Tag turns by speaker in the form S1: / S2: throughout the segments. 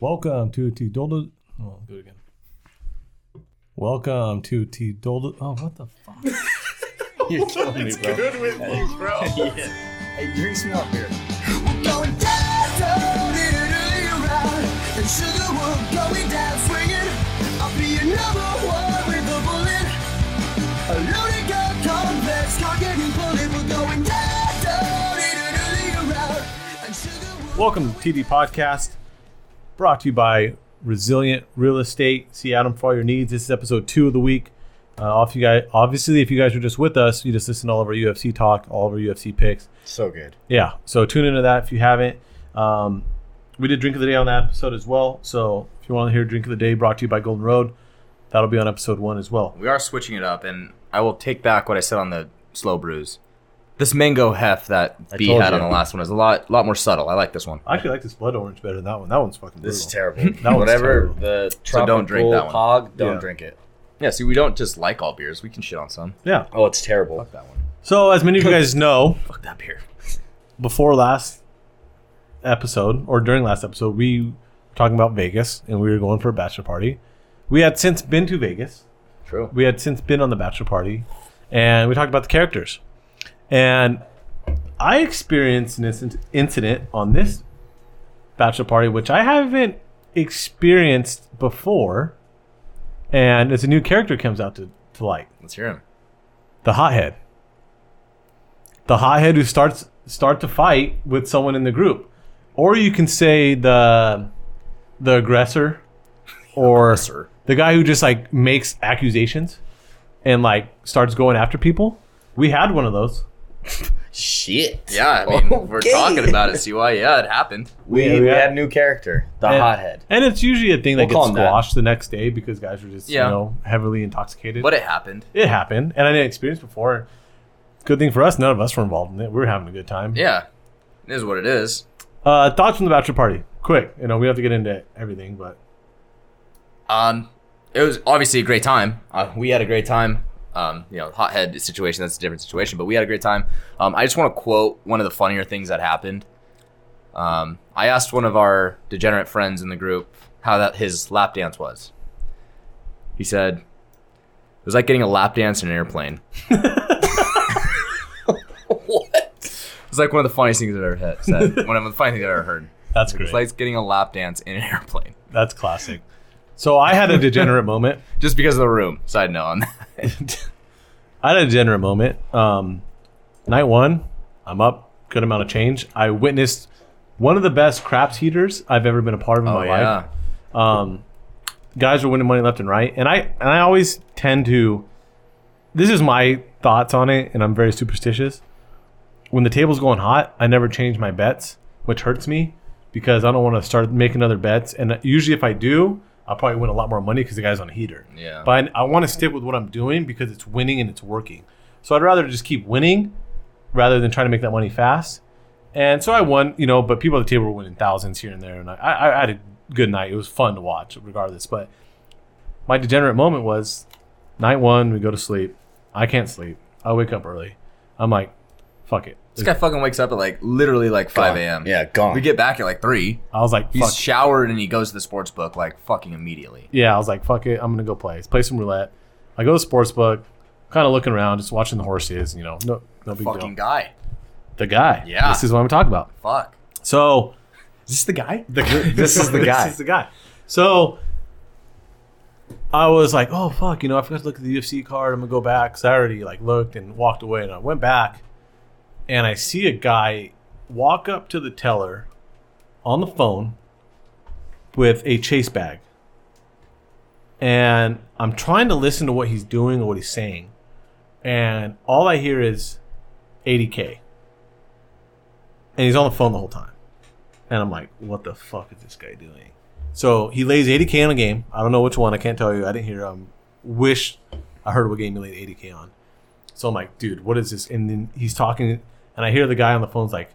S1: Welcome to Tidolda. Oh, I'll do it again. Welcome to Tidolda. Oh, what the fuck?
S2: You're killing me, bro.
S3: Good with you, bro.
S2: Hey, it drinks me up here.
S4: Going down, down in an early round. And sugar, we're going down swinging. I'll be your number one with a bullet. A loaded gun, complex, target and bullet. We're going down, down in an early round. And sugar, we're
S3: Welcome to TD Podcast, brought to you by Resilient Real Estate. See Adam for all your needs. This is episode two of the week. Uh, off you guys. Obviously, if you guys were just with us, you just listened to all of our UFC talk, all of our UFC picks.
S2: So good.
S3: Yeah, so tune into that if you haven't. Um, we did drink of the day on that episode as well. So if you want to hear drink of the day brought to you by Golden Road, that'll be on episode one as well.
S2: We are switching it up, and I will take back what I said on the slow brews. This mango hef that B
S3: told
S2: had
S3: you.
S2: on the last one is a lot, lot more subtle. I like this one.
S3: I actually like this blood orange better than that one. That one's fucking.
S5: This is
S3: brutal.
S5: terrible.
S3: one's
S5: Whatever
S3: terrible.
S5: the
S2: So
S5: tropical
S2: don't drink that one.
S5: hog, don't
S3: Yeah.
S5: drink it.
S2: Yeah, see, we don't just like all beers. We can shit on some.
S3: Yeah.
S5: Oh, it's terrible.
S2: Fuck that one.
S3: So as many of you guys know,
S2: Fuck that beer.
S3: before last episode or during last episode, we were talking about Vegas and we were going for a bachelor party. We had since been to Vegas.
S2: True.
S3: We had since been on the bachelor party and we talked about the characters. And I experienced an incident, incident on this bachelor party, which I haven't experienced before. And as a new character comes out to, to light
S2: Let's hear him.
S3: the hothead. The hothead who starts start to fight with someone in the group, or you can say the the aggressor, or
S2: Aggressor.
S3: the guy who just like makes accusations and like starts going after people. We had one of those.
S5: Shit.
S2: Yeah, I mean, we're
S5: Okay.
S2: talking about it. See why? Yeah, it happened.
S5: We,
S3: Yeah,
S5: we
S3: yeah.
S5: had a new character, the
S3: and,
S5: hothead.
S3: and it's usually a thing that
S5: We'll call
S3: gets
S5: him that.
S3: squashed the next day because guys are just
S2: Yeah.
S3: you know heavily intoxicated.
S2: But it happened.
S3: it happened, and I didn't experience before. Good thing for us, none of us were involved in it. We were having a good time.
S2: Yeah, it is what it is.
S3: Uh, thoughts from the bachelor party, quick. You know, we don't have to get into everything, but
S2: Um, it was obviously a great time. Uh, we had a great time. Um, you know, hothead situation. That's a different situation, but we had a great time. Um, I just want to quote one of the funnier things that happened. Um, I asked one of our degenerate friends in the group how that his lap dance was. He said, "It was like getting a lap dance in an airplane." what? It's like one of the funniest things I've ever had. Said. One of the funniest things I've ever heard.
S3: that's
S2: It's like getting a lap dance in an airplane.
S3: that's classic. So I had a degenerate moment.
S2: Just because of the room. Side note on that.
S3: I had a degenerate moment. Um, night one, I'm up, good amount of change. I witnessed one of the best craps heaters I've ever been a part of in
S2: Oh
S3: my
S2: yeah.
S3: life. Um, guys were winning money left and right, and I and I always tend to. This is my thoughts on it, and I'm very superstitious. When the table's going hot, I never change my bets, which hurts me because I don't want to start making other bets. And usually, if I do, I'll probably win a lot more money because the guy's on a heater.
S2: Yeah.
S3: But I, want to stick with what I'm doing because it's winning and it's working. So I'd rather just keep winning rather than trying to make that money fast. And so I won, you know, but people at the table were winning thousands here and there. And I, I, I had a good night. It was fun to watch regardless. But my degenerate moment was night one, we go to sleep. I can't sleep. I wake up early. I'm like, fuck it.
S2: This guy fucking wakes up at like literally like 5
S5: Gone.
S2: a.m.
S5: Yeah, gone.
S2: We get back at like 3.
S3: I was like,
S2: He's
S3: fuck.
S2: showered and he goes to the sports book like fucking immediately.
S3: yeah, I was like, fuck it. I'm going to go play. Let's play some roulette. I go to the sports book, kind of looking around, just watching the horses, you know, no, no big deal.
S2: Fucking guy.
S3: The guy.
S2: Yeah.
S3: This is what I'm talking about.
S2: Fuck.
S3: So
S2: Is this the guy?
S3: the,
S5: This is the guy.
S3: this is the guy. So I was like, oh fuck, you know, I forgot to look at the UFC card. I'm gonna go back. So I already like looked and walked away, and I went back, and I see a guy walk up to the teller on the phone with a chase bag, and I'm trying to listen to what he's doing or what he's saying, and all I hear is 80k, and he's on the phone the whole time. And I'm like, what the fuck is this guy doing? So he lays 80k on a game. I don't know which one. I can't tell you. I didn't hear. Um, wish I heard what game he laid 80k on. So I'm like, dude, what is this? And then he's talking, and I hear the guy on the phone's like,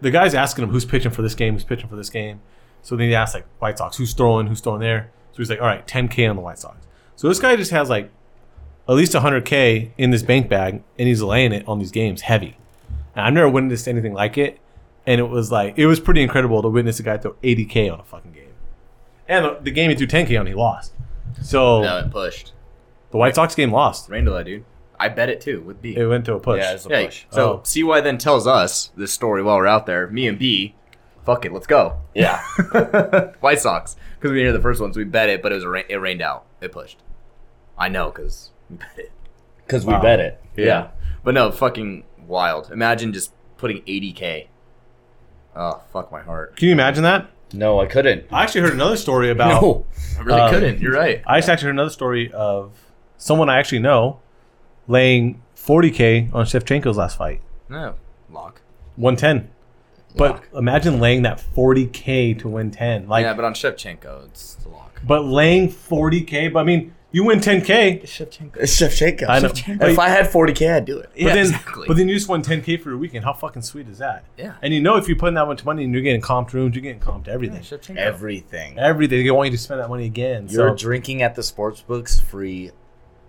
S3: the guy's asking him who's pitching for this game, who's pitching for this game. So then he asks like White Sox, who's throwing, who's throwing there. So he's like, all right, 10k on the White Sox. So this guy just has like at least 100k in this bank bag, and he's laying it on these games heavy. And I've never witnessed anything like it and it was like it was pretty incredible to witness a guy throw 80k on a fucking game. And the, the game he threw 10K on, he lost. So
S2: No, it pushed.
S3: the White Sox game lost.
S2: Raindelay, dude. I bet it too with B.
S3: It went to a push.
S5: Yeah, it's a
S2: Yeah,
S5: push.
S2: So
S3: Oh.
S2: CY then tells us this story while we're out there. Me and B, fuck it, let's go.
S5: Yeah.
S2: White Sox, because we didn't hear the first one, so we bet it, but it was rain- it rained out. It pushed. I know, because we bet it.
S5: Because we bet it.
S2: Yeah. But no, fucking wild. Imagine just putting 80k. Oh, fuck my heart.
S3: Can you imagine that?
S5: No, I couldn't.
S3: I actually heard another story about.
S2: I really
S3: Um,
S2: couldn't. Uh, You're right.
S3: I just actually heard another story of someone I actually know laying 40K on Shevchenko's last fight.
S2: No. Lock.
S3: 110. But imagine laying that 40K to win 10. Like,
S2: yeah,
S3: but,
S2: but on Shevchenko, it's the lock.
S3: laying 40K, but I mean, you win 10K.
S2: Shevchenko.
S5: It's Chef Jacob.
S3: I know.
S5: If I had 40K, I'd do it.
S3: but then,
S2: exactly.
S3: but then you just won 10K for your weekend. How fucking sweet is that?
S2: Yeah.
S3: And you know, if you put in that much money and you're getting comped rooms, you're getting comped everything.
S2: Shevchenko.
S5: Everything.
S3: everything. They want you to spend that money again.
S5: You're
S3: so
S5: drinking at the sports books free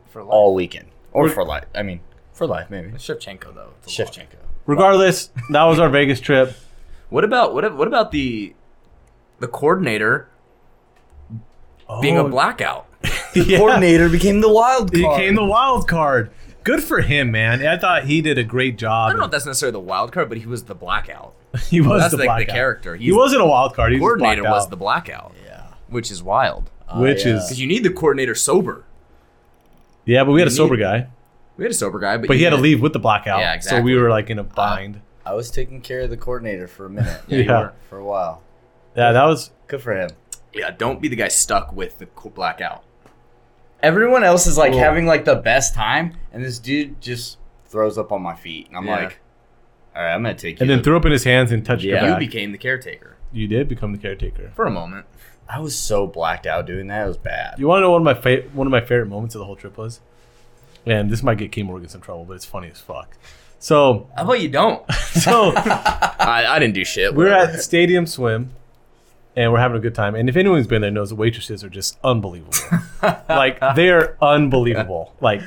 S2: for life.
S5: all weekend. Or
S3: We're-
S5: for life. I mean, for life, maybe.
S2: Shevchenko though. it's a lock.
S5: Shevchenko.
S3: regardless, that was our Vegas trip.
S2: What about what? ab- What about the the coordinator being a
S3: Oh,
S2: blackout?
S3: yeah.
S5: Coordinator became the wild
S3: He
S5: card.
S3: became the wild card. Good for him, man. I thought he did a great job.
S2: I don't know if that's necessarily the wild card, but he was the blackout.
S3: he was
S2: that's
S3: the,
S2: like the
S3: blackout.
S2: character. He's
S3: He wasn't a wild card. He
S2: the coordinator was the
S3: the Uh,
S2: blackout,
S5: yeah.
S2: which is wild
S3: which
S5: yeah.
S3: is
S2: because you need the coordinator sober.
S3: yeah, but we had a
S2: you
S3: sober
S2: need-
S3: guy,
S2: We had a sober guy, but,
S3: but he
S2: you
S3: had to
S2: did-
S3: leave with the blackout.
S2: Yeah,
S3: So
S2: exactly.
S3: we were like in a bind.
S5: I was taking care of the coordinator for a minute.
S2: Yeah, you
S3: Yeah.
S2: were.
S5: For a while.
S3: Yeah, that was
S5: Good for him.
S2: yeah. Don't be the guy stuck with the co- blackout.
S5: Everyone else is like
S2: Cool.
S5: having like the best time, and this dude just throws up on my feet, and I'm
S2: Yeah.
S5: like, "All right, I'm gonna take you."
S3: and then threw up in his hands and touched
S5: Yeah.
S3: your
S2: You
S3: back.
S2: became the caretaker
S3: you did become the caretaker.
S2: for a moment.
S5: I was so blacked out doing that; it was bad.
S3: You want to know one of my fa- one of my favorite moments of the whole trip was, and this might get Key Morgan some trouble, but it's funny as fuck. So
S2: How about you don't?
S3: so
S2: I, I didn't do shit.
S3: we're
S2: whatever.
S3: at Stadium Swim, and we're having a good time. And if anyone's been there, knows the waitresses are just unbelievable. like they're unbelievable. Like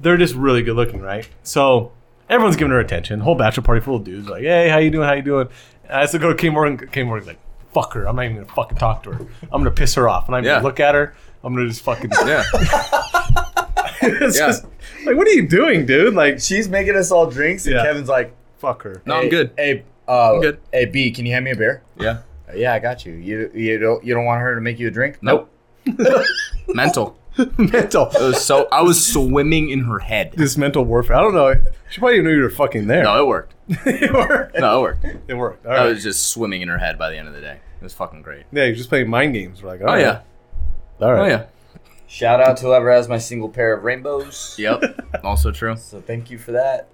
S3: they're just really good looking, right? So everyone's giving her attention. Whole bachelor party full of dudes. Like, hey, how you doing? How you doing? And I still go to K Morgan. K Morgan's like, fuck her. I'm not even gonna fucking talk to her. I'm gonna piss her off, and I'm
S2: Yeah.
S3: gonna look at her. I'm gonna just fucking.
S2: yeah.
S3: It's
S2: Yeah.
S3: just- like, what are you doing, dude? Like,
S5: She's making us all drinks, and
S3: Yeah.
S5: Kevin's like,
S3: fuck her.
S2: No, I'm
S5: "Hey-
S2: good.
S5: Hey, uh,
S2: I'm good.
S5: Hey, B, can you hand me a beer?
S2: Yeah.
S5: "Uh, Yeah, I got you. You you don't you don't want her to make you a drink?
S2: Nope. Mental.
S3: mental.
S2: It was so I was swimming in her head.
S3: This mental warfare. I don't know. She probably even knew you were fucking there.
S2: No, it worked.
S3: it worked.
S2: No, it worked.
S3: It worked. All
S2: I
S3: right.
S2: was just swimming in her head by the end of the day. It was fucking great.
S3: yeah, you're just playing mind games. We're like,
S2: Oh yeah.
S3: all
S2: Oh
S3: right.
S2: yeah.
S5: Shout out to whoever has my single pair of rainbows.
S2: Yep. Also true.
S5: So thank you for that.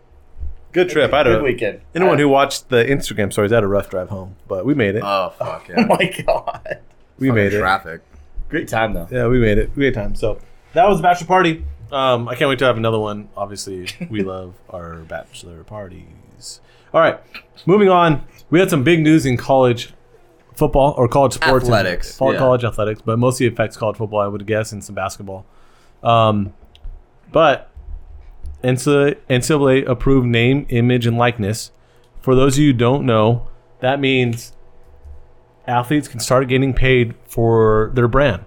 S3: Good trip. I had a
S5: Good weekend.
S3: Anyone who watched the Instagram stories I had a rough drive home, but we made it.
S2: Oh fuck
S5: Oh
S2: yeah.
S5: my god.
S3: we made it.
S2: Traffic.
S5: Great time though.
S3: Yeah, we made it. We had time. So that was the bachelor party. Um, I can't wait to have another one. Obviously, we love our bachelor parties. All right, moving on. We had some big news in college football or college sports, and-
S2: Athletics,
S3: fall-
S2: yeah.
S3: college athletics, but mostly affects college football, I would guess, and some basketball. Um, but NCAA NCAA approved name, image, and likeness. For those of you who don't know, that means athletes can start getting paid for their brand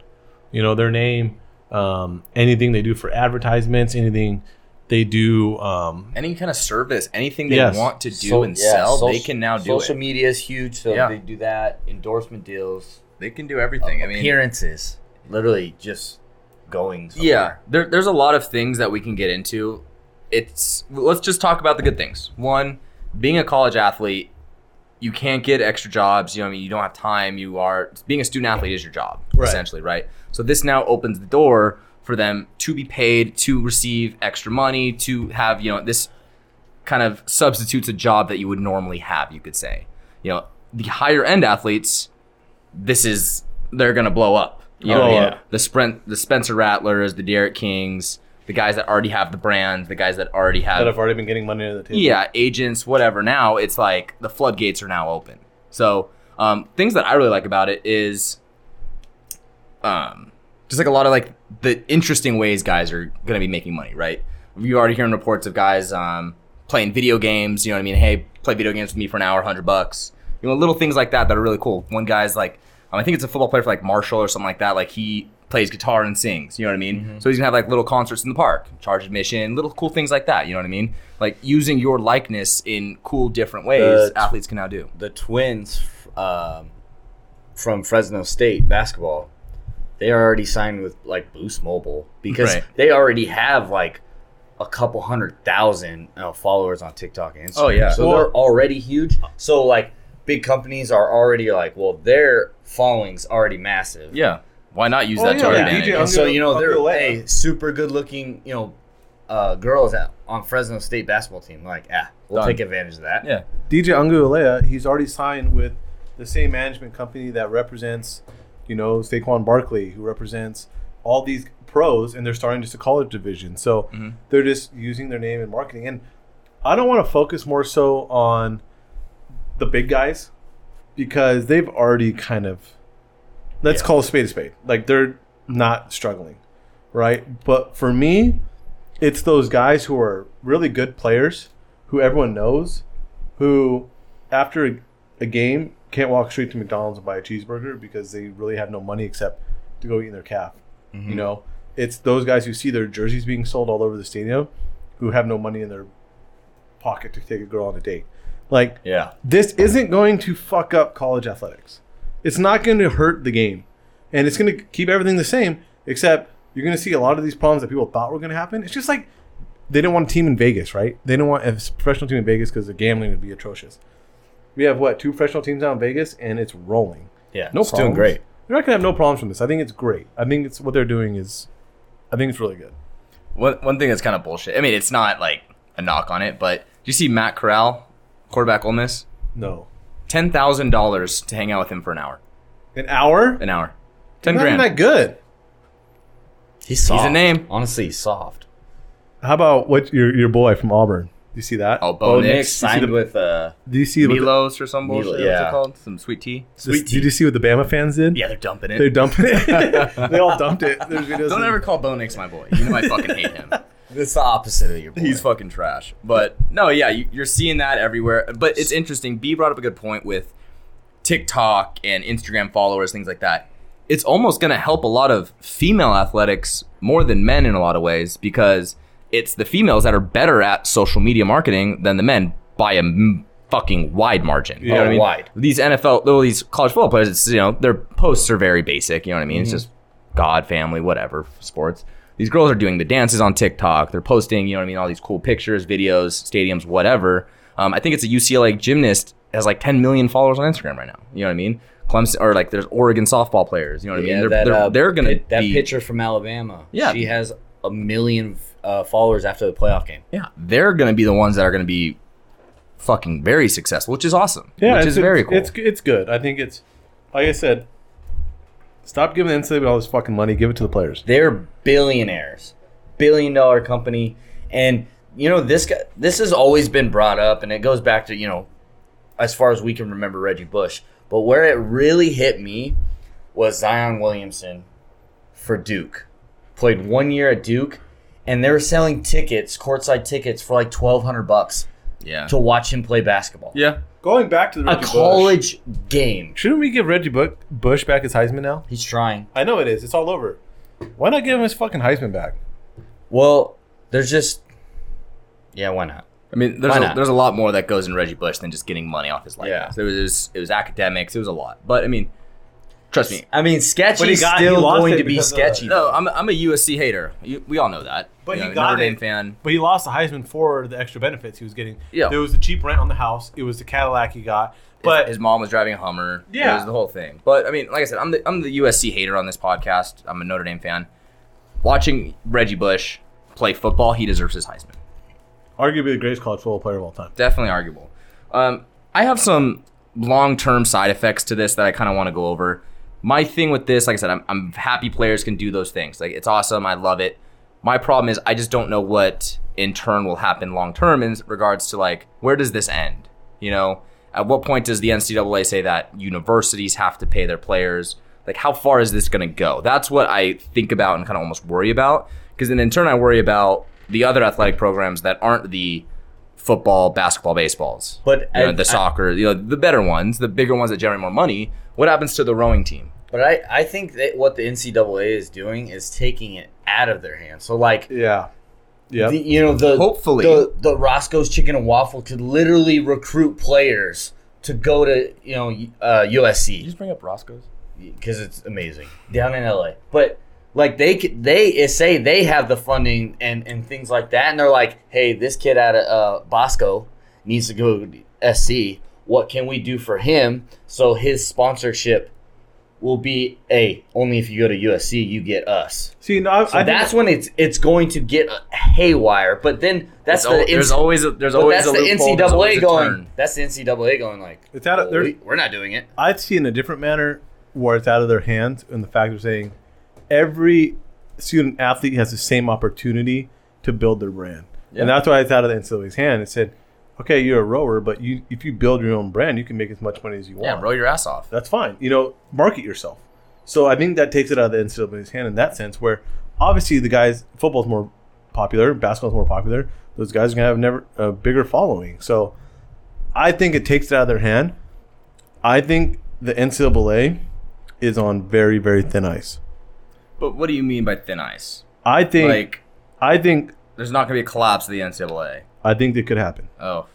S3: you know their name um, anything they do for advertisements anything they do um,
S2: Any kind of service, anything they
S3: Yes.
S2: want to do
S5: So-
S2: and
S5: yeah,
S2: sell,
S5: soc-
S2: they can now do
S5: Social
S2: it.
S5: media is huge, so
S2: Yeah.
S5: they do that. Endorsement deals,
S2: They can do everything. I mean,
S5: appearances, literally just going.
S2: yeah,
S5: Somewhere.
S2: there, there's a lot of things that we can get into. It's let's just talk about the good things. One, being a college athlete, you can't get extra jobs. You know, what I mean, you don't have time. You are being a student athlete is your job
S3: Right.
S2: essentially, right? So this now opens the door for them to be paid, to receive extra money, to have you know this kind of substitutes a job that you would normally have. You could say, you know, the higher end athletes, this is they're gonna blow up. You know, what I
S3: Blow
S2: mean?
S3: up.
S2: the Sprint, the Spencer Rattlers, the Derek Kings, the guys that already have the brand, the guys that already
S3: that have
S2: have
S3: already been getting money into the table
S2: yeah agents, whatever. Now it's like the floodgates are now open. So um, things that I really like about it is um, just like a lot of like the interesting ways guys are gonna be making money, right? You're already hearing reports of guys um, playing video games. You know what I mean? Hey, play video games with me for an hour, hundred bucks. You know, little things like that that are really cool. One guy's like, Um, I think it's a football player for like Marshall or something like that. Like he plays guitar and sings. You know what I mean? So he's gonna have like little concerts in the park, charge admission, little cool things like that. You know what I mean? Like using your likeness in cool different ways,
S5: The t-
S2: athletes can now do.
S5: the twins f- um, from Fresno State basketball, they are already signed with like Boost Mobile because
S2: Right.
S5: they already have like a couple hundred thousand uh, followers on TikTok and Instagram.
S2: Oh, yeah.
S5: so
S3: Well-
S5: they're already huge. So like big companies are already like, well, their following's already massive.
S2: Yeah. Why not use
S3: Oh,
S2: that
S3: yeah,
S2: to our
S3: like
S2: advantage?
S3: DJ
S5: And so
S3: gonna-
S5: you know
S3: I'll
S5: they're
S3: go away.
S5: hey, super good looking you know uh, girls at, on Fresno State basketball team like ah we'll
S2: Done.
S5: take advantage of that
S2: Yeah.
S3: DJ Anguilea, he's already signed with the same management company that represents, you know, Saquon Barkley, who represents all these pros, and they're starting just a college division. So they're just using their name in marketing. And I don't want to focus more so on the big guys because they've already kind of let's call a spade a spade. Like they're not struggling, right? But for me, it's those guys who are really good players who everyone knows who after a, a game can't walk straight to McDonald's and buy a cheeseburger because they really have no money except to go eat in their calf. You know, it's those guys who see their jerseys being sold all over the stadium who have no money in their pocket to take a girl on a date. Like
S2: Yeah.
S3: this isn't going to fuck up college athletics. It's not going to hurt the game. And it's going to keep everything the same, except you're going to see a lot of these problems that people thought were going to happen. It's just like they didn't want a team in Vegas, right? They didn't want a professional team in Vegas because the gambling would be atrocious. We have, what, two professional teams out in Vegas, and it's rolling.
S5: yeah
S3: No
S5: it's
S3: problem.
S5: doing great
S3: They're not going to have no problems from this. I think it's great. I think it's what they're doing is, I think it's really good.
S2: One, one thing that's kind of bullshit. I mean, it's not like a knock on it, but do you see Matt Corral, quarterback Ole Miss,
S3: No.
S2: ten thousand dollars to hang out with him for an hour?
S3: An hour?
S2: An hour, ten
S3: Not even
S2: grand.
S3: that good.
S5: he's soft
S2: name.
S5: honestly he's soft
S3: How about what your, your boy from Auburn? You see that?
S2: oh, Bo,
S5: Bo
S2: Nix,
S5: Nix
S2: You see
S5: signed with uh
S3: Do you see
S2: the
S3: what the-
S2: Milos or some
S5: Milo-
S2: bullshit? What's
S5: yeah.
S2: it called? Some sweet tea.
S3: Did- Did you see what the Bama fans did?
S2: Yeah, they're dumping it.
S3: They dumped it. they all dumped it. There's videos.
S2: Don't
S3: of-
S2: ever call Bo Nix my boy. You know I fucking hate him.
S5: It's the opposite of your boy.
S2: He's fucking trash. But no, yeah, you, you're seeing that everywhere. But it's interesting. B brought up a good point with TikTok and Instagram followers, things like that. It's almost going to help a lot of female athletics more than men in a lot of ways because it's the females that are better at social media marketing than the men by a m- fucking wide margin. You know
S5: Yeah,
S2: what I mean?
S5: wide.
S2: These NFL, well, these college football players, it's, you know, their posts are very basic. You know what I mean? It's
S5: Mm-hmm.
S2: just God, family, whatever, sports. These girls are doing the dances on TikTok. They're posting, you know what I mean, all these cool pictures, videos, stadiums, whatever. Um, I think it's a UCLA gymnast has like 10 million followers on Instagram right now. You know what I mean? Clemson or like there's Oregon softball players. You know what I mean? They're they're,
S5: uh,
S2: they're gonna
S5: pit- that
S2: be,
S5: pitcher from Alabama.
S2: Yeah.
S5: she has a million uh, followers after the playoff game.
S2: yeah, they're gonna be the ones that are gonna be fucking very successful, which is awesome.
S3: Yeah,
S2: which
S3: it's,
S2: is very cool.
S3: It's it's good. I think it's like I said. Stop giving the NCAA all this fucking money. Give it to the players.
S5: They're billionaires, billion dollar company, and you know this guy. This has always been brought up, and it goes back to you know, as far as we can remember Reggie Bush. But where it really hit me was Zion Williamson for Duke. Played one year at Duke, and they were selling tickets, courtside tickets, for like twelve hundred bucks
S2: yeah.
S5: to watch him play basketball.
S2: Yeah.
S3: Going back to the
S5: a college game.
S3: Shouldn't we give Reggie Bu- Bush back his Heisman now?
S5: He's trying.
S3: I know it is. It's all over. Why not give him his fucking Heisman back?
S5: Well, there's just yeah, why not?
S2: I mean, there's
S5: Why
S2: a,
S5: not?
S2: there's a lot more that goes in Reggie Bush than just getting money off his life.
S5: Yeah.
S2: It was it was academics. It was a lot, but I mean, trust me.
S5: I mean, sketchy
S3: But he
S5: is
S3: got- he
S5: still
S3: lost
S5: going
S3: it
S5: to be
S3: because of
S5: sketchy.
S2: No, I'm, I'm a USC hater. You, we all know that.
S3: But
S2: You
S3: he
S2: know,
S3: got
S2: Notre Dame
S3: it.
S2: fan.
S3: But he lost the Heisman for the extra benefits he was getting.
S2: Yeah.
S3: There was the cheap rent on the house. It was the Cadillac he got. But
S2: his mom was driving a Hummer.
S3: Yeah.
S2: it was the whole thing. But I mean, like I said, I'm the I'm the USC hater on this podcast. I'm a Notre Dame fan. Watching Reggie Bush play football, he deserves his Heisman.
S3: arguably the greatest college football player of all time.
S2: definitely arguable. Um, I have some long term side effects to this that I kind of want to go over. My thing with this, like I said, I'm, I'm happy players can do those things. Like it's awesome, I love it. My problem is I just don't know what in turn will happen long term in regards to like where does this end? You know, at what point does the NCAA say that universities have to pay their players? Like how far is this going to go? That's what I think about and kind of almost worry about because then in turn I worry about the other athletic programs that aren't the football, basketball, baseballs.
S5: But
S2: You know,
S5: I-
S2: the
S5: I-
S2: soccer, you know, the better ones, the bigger ones that generate more money. What happens to the rowing team?
S5: But I, I think that what the NCAA is doing is taking it out of their hands. So like
S3: Yeah. Yeah.
S5: the, you know the
S2: Hopefully.
S5: the, the Roscoe's Chicken and Waffle could literally recruit players to go to you know uh, USC
S2: bring up Roscoe's?
S5: because it's amazing down in LA. But like they c- they say they have the funding and and things like that, and they're like, hey, this kid out of uh, Bosco needs to go to SC. What can we do for him so his sponsorship will be a only if you go to USC you get us.
S3: See, no, I,
S5: So
S3: I think-
S5: that's when it's it's going to get haywire. But then that's the
S2: there's
S5: NC
S2: always a, there's
S5: but
S2: always
S5: that's
S2: a
S5: the
S2: loophole, there's always
S5: NCAA
S2: a
S5: going.
S2: turn.
S5: That's the NCAA going like
S3: It's out of-
S5: well,
S3: there's-
S5: we, are not doing it.
S3: I see in a different manner where it's out of their hands and the fact they're saying every student athlete has the same opportunity to build their brand. And that's why it's out of the NCAA's hand. It said, okay, you're a rower, but you if you build your own brand, you can make as much money as you want.
S2: Yeah, row your ass off.
S3: That's fine. You know, market yourself. So I think that takes it out of the NCAA's hand in that sense where obviously the guys, football's more popular, basketball's more popular. Those guys are going to have never a bigger following. So I think it takes it out of their hand. I think the NCAA is on very very thin ice.
S2: But what do you mean by thin ice?
S3: I think
S2: Like
S3: I think
S2: there's not gonna be a collapse of the NCAA.
S3: I think it could happen.
S2: Oh,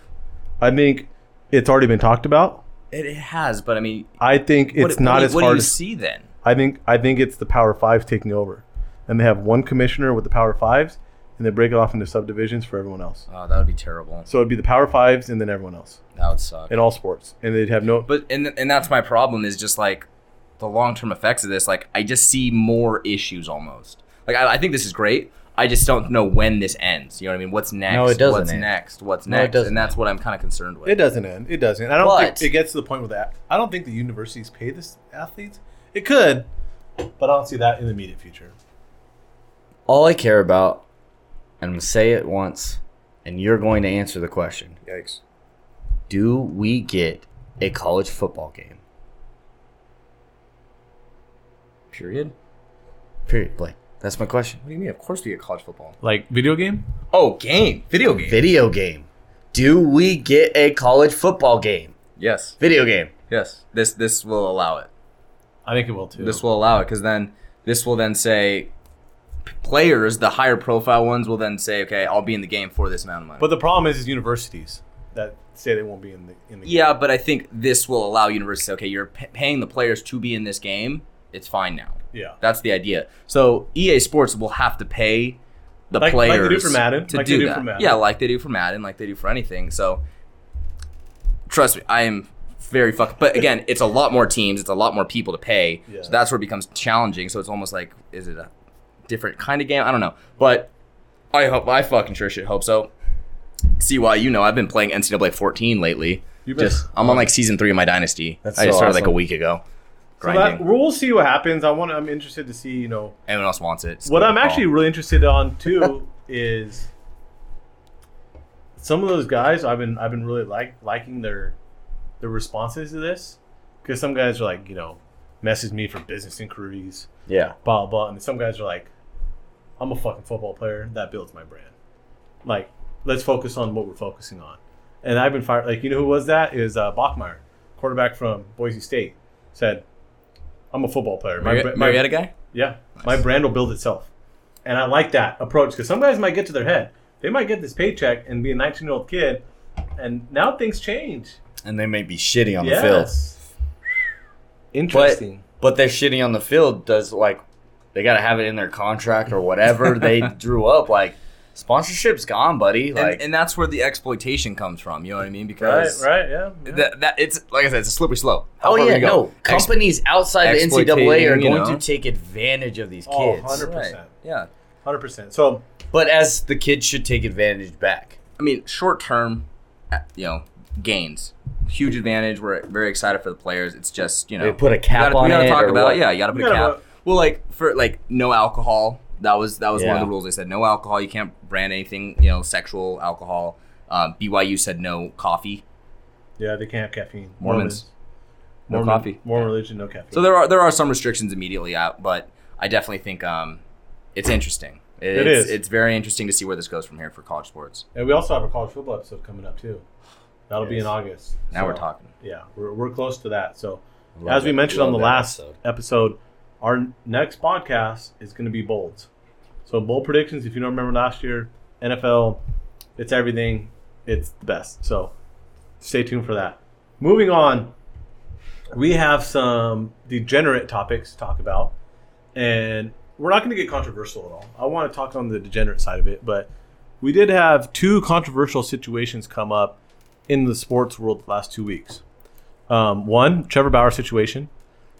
S3: I think it's already been talked about.
S2: it, it has, but I mean,
S3: I think
S2: what-
S3: it's not
S2: what, do you-
S3: as
S2: what
S3: hard
S2: do you
S3: as
S2: see then?
S3: I think I think it's the Power Five taking over, and they have one commissioner with the Power Fives, and they break it off into subdivisions for everyone else.
S2: Oh, that would be terrible.
S3: So it'd be the Power Fives and then everyone else
S2: That would suck.
S3: in all sports, and they'd have no.
S2: But and and that's my problem is just like the long term effects of this. Like I just see more issues almost. Like I, I think this is great. I just don't know when this ends. You know what I mean? What's next?
S5: No, it doesn't
S2: What's
S5: end.
S2: next? What's
S5: No, it
S2: next?
S5: doesn't
S2: and that's what I'm kind of concerned with.
S3: It doesn't end. It doesn't. I don't
S5: But-
S3: think it gets to the point where that. I don't think the universities pay this athletes. It could, but I don't see that in the immediate future.
S5: All I care about, and I'm gonna say it once, and you're going to answer the question:
S3: Yikes!
S5: Do we get a college football game?
S2: Period.
S5: Period. Blake. That's my question.
S2: What do you mean? Of course we get college football.
S3: Like video game?
S2: Oh, game, video game.
S5: Video game. Do we get a college football game?
S2: yes,
S5: Video game.
S2: yes. This this will allow it.
S3: I think it will too.
S2: This will allow it because then this will then say p- players, the higher profile ones, will then say, okay, I'll be in the game for this amount of money.
S3: but the problem is, is universities that say they won't be in the in the. game.
S2: Yeah, but I think this will allow universities. Okay, you're p- paying the players to be in this game. It's fine now.
S3: Yeah.
S2: That's the idea. So EA Sports will have to pay the
S3: Like- like they
S2: players
S3: do for Madden,
S2: to
S3: like they
S2: do,
S3: do
S2: that.
S3: for Madden.
S2: Yeah, like they do for Madden, like they do for anything. So trust me, I am very fuck. But again, it's a lot more teams. It's a lot more people to pay.
S3: Yeah.
S2: So that's where it becomes challenging. So it's almost like, is it a different kind of game? I don't know. But I hope I fucking sure shit hope so. See why you know I've been playing NCAA 14 lately.
S3: You've been-
S2: Just I'm on like season three of my dynasty.
S5: That's
S2: I just
S5: so
S2: started like a
S5: awesome.
S2: week ago.
S3: So
S2: Grinding.
S3: that, we'll see what happens. I want. I'm interested to see. You know,
S2: Anyone else wants it? it's
S3: what
S2: cool.
S3: I'm actually
S2: Oh.
S3: really interested on too is some of those guys. I've been I've been really like liking their their responses to this because some guys are like you know message me for business inquiries,
S5: Yeah.
S3: blah blah, and some guys are like, I'm a fucking football player that builds my brand. Like, let's focus on what we're focusing on. And I've been fired. Like, you know who was that? Is uh, Bachmeyer, quarterback from Boise State, said. I'm a football player. My,
S2: Mari-
S3: bra- my,
S2: Marietta guy.
S3: yeah, my brand will build itself, and I like that approach because some guys might get to their head. They might get this paycheck and be a 19 year old kid, and now things change.
S5: And they may be shitty on the field.
S3: Yes.
S5: But
S3: Interesting.
S5: but they're shitty on the field does like they gotta have it in their contract or whatever they drew up. Like sponsorship's gone, buddy.
S2: And,
S5: Like
S2: and that's where the exploitation comes from. You know what I mean? Because
S3: right, right, yeah. yeah.
S2: That, that it's like I said, it's a slippery slope. How
S5: Oh
S2: far we
S5: yeah,
S2: go?
S5: no.
S2: Ex-
S5: Companies outside the NCAA are
S2: exploitating, you
S5: going
S2: know.
S5: to take advantage of these
S3: Oh,
S5: kids,
S3: 100%.
S2: right. Yeah.
S3: 100%. So,
S5: but as the kids should take advantage back.
S2: I mean, short term, uh, you know, gains, huge advantage. We're very excited for the players. It's just you know,
S5: They put a cap
S2: we gotta,
S5: on
S2: we gotta
S5: it
S2: talk
S5: or
S2: about
S5: what?
S2: yeah, you gotta put
S3: You
S2: a
S3: gotta
S2: cap. well, like for like no alcohol. That was that was one of
S5: Yeah.
S2: the rules. They said no alcohol. You can't brand anything. You know, sexual alcohol. Um, BYU said no coffee.
S3: yeah, they can't have caffeine.
S2: Mormons. No
S3: Mormon,
S2: coffee.
S3: Mormon religion, no caffeine.
S2: So there are there are some restrictions immediately out, but I definitely think um, it's interesting. It
S3: is.
S2: is. It's very interesting to see where this goes from here for college sports.
S3: And we also have a college football episode coming up too. That'll be in
S5: Yes.
S3: August.
S2: Now we're
S3: So,
S2: talking.
S3: Yeah, we're, we're close to that. So
S2: Love
S3: as we
S2: it.
S3: mentioned on
S5: Love
S3: the
S5: that
S3: last
S5: episode.
S3: episode. our n- next podcast is going to be bolds. So bold predictions. If you don't remember last year, NFL, it's everything. It's the best. So stay tuned for that. Moving on, we have some degenerate topics to talk about, and we're not going to get controversial at all. I want to talk on the degenerate side of it, but we did have two controversial situations come up in the sports world the last two weeks. Um, one, Trevor Bauer situation.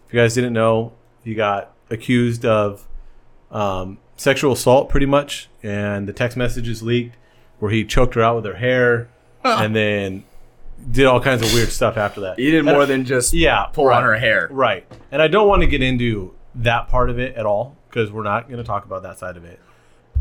S3: If you guys didn't know, he got accused of um, sexual assault, pretty much, and the text messages leaked where he choked her out with her hair, and then did all kinds of weird stuff after that.
S2: He did more than just
S3: Yeah,
S2: pull
S3: right,
S2: on her hair.
S3: Right, and I don't want to get into that part of it at all because we're not going to talk about that side of it.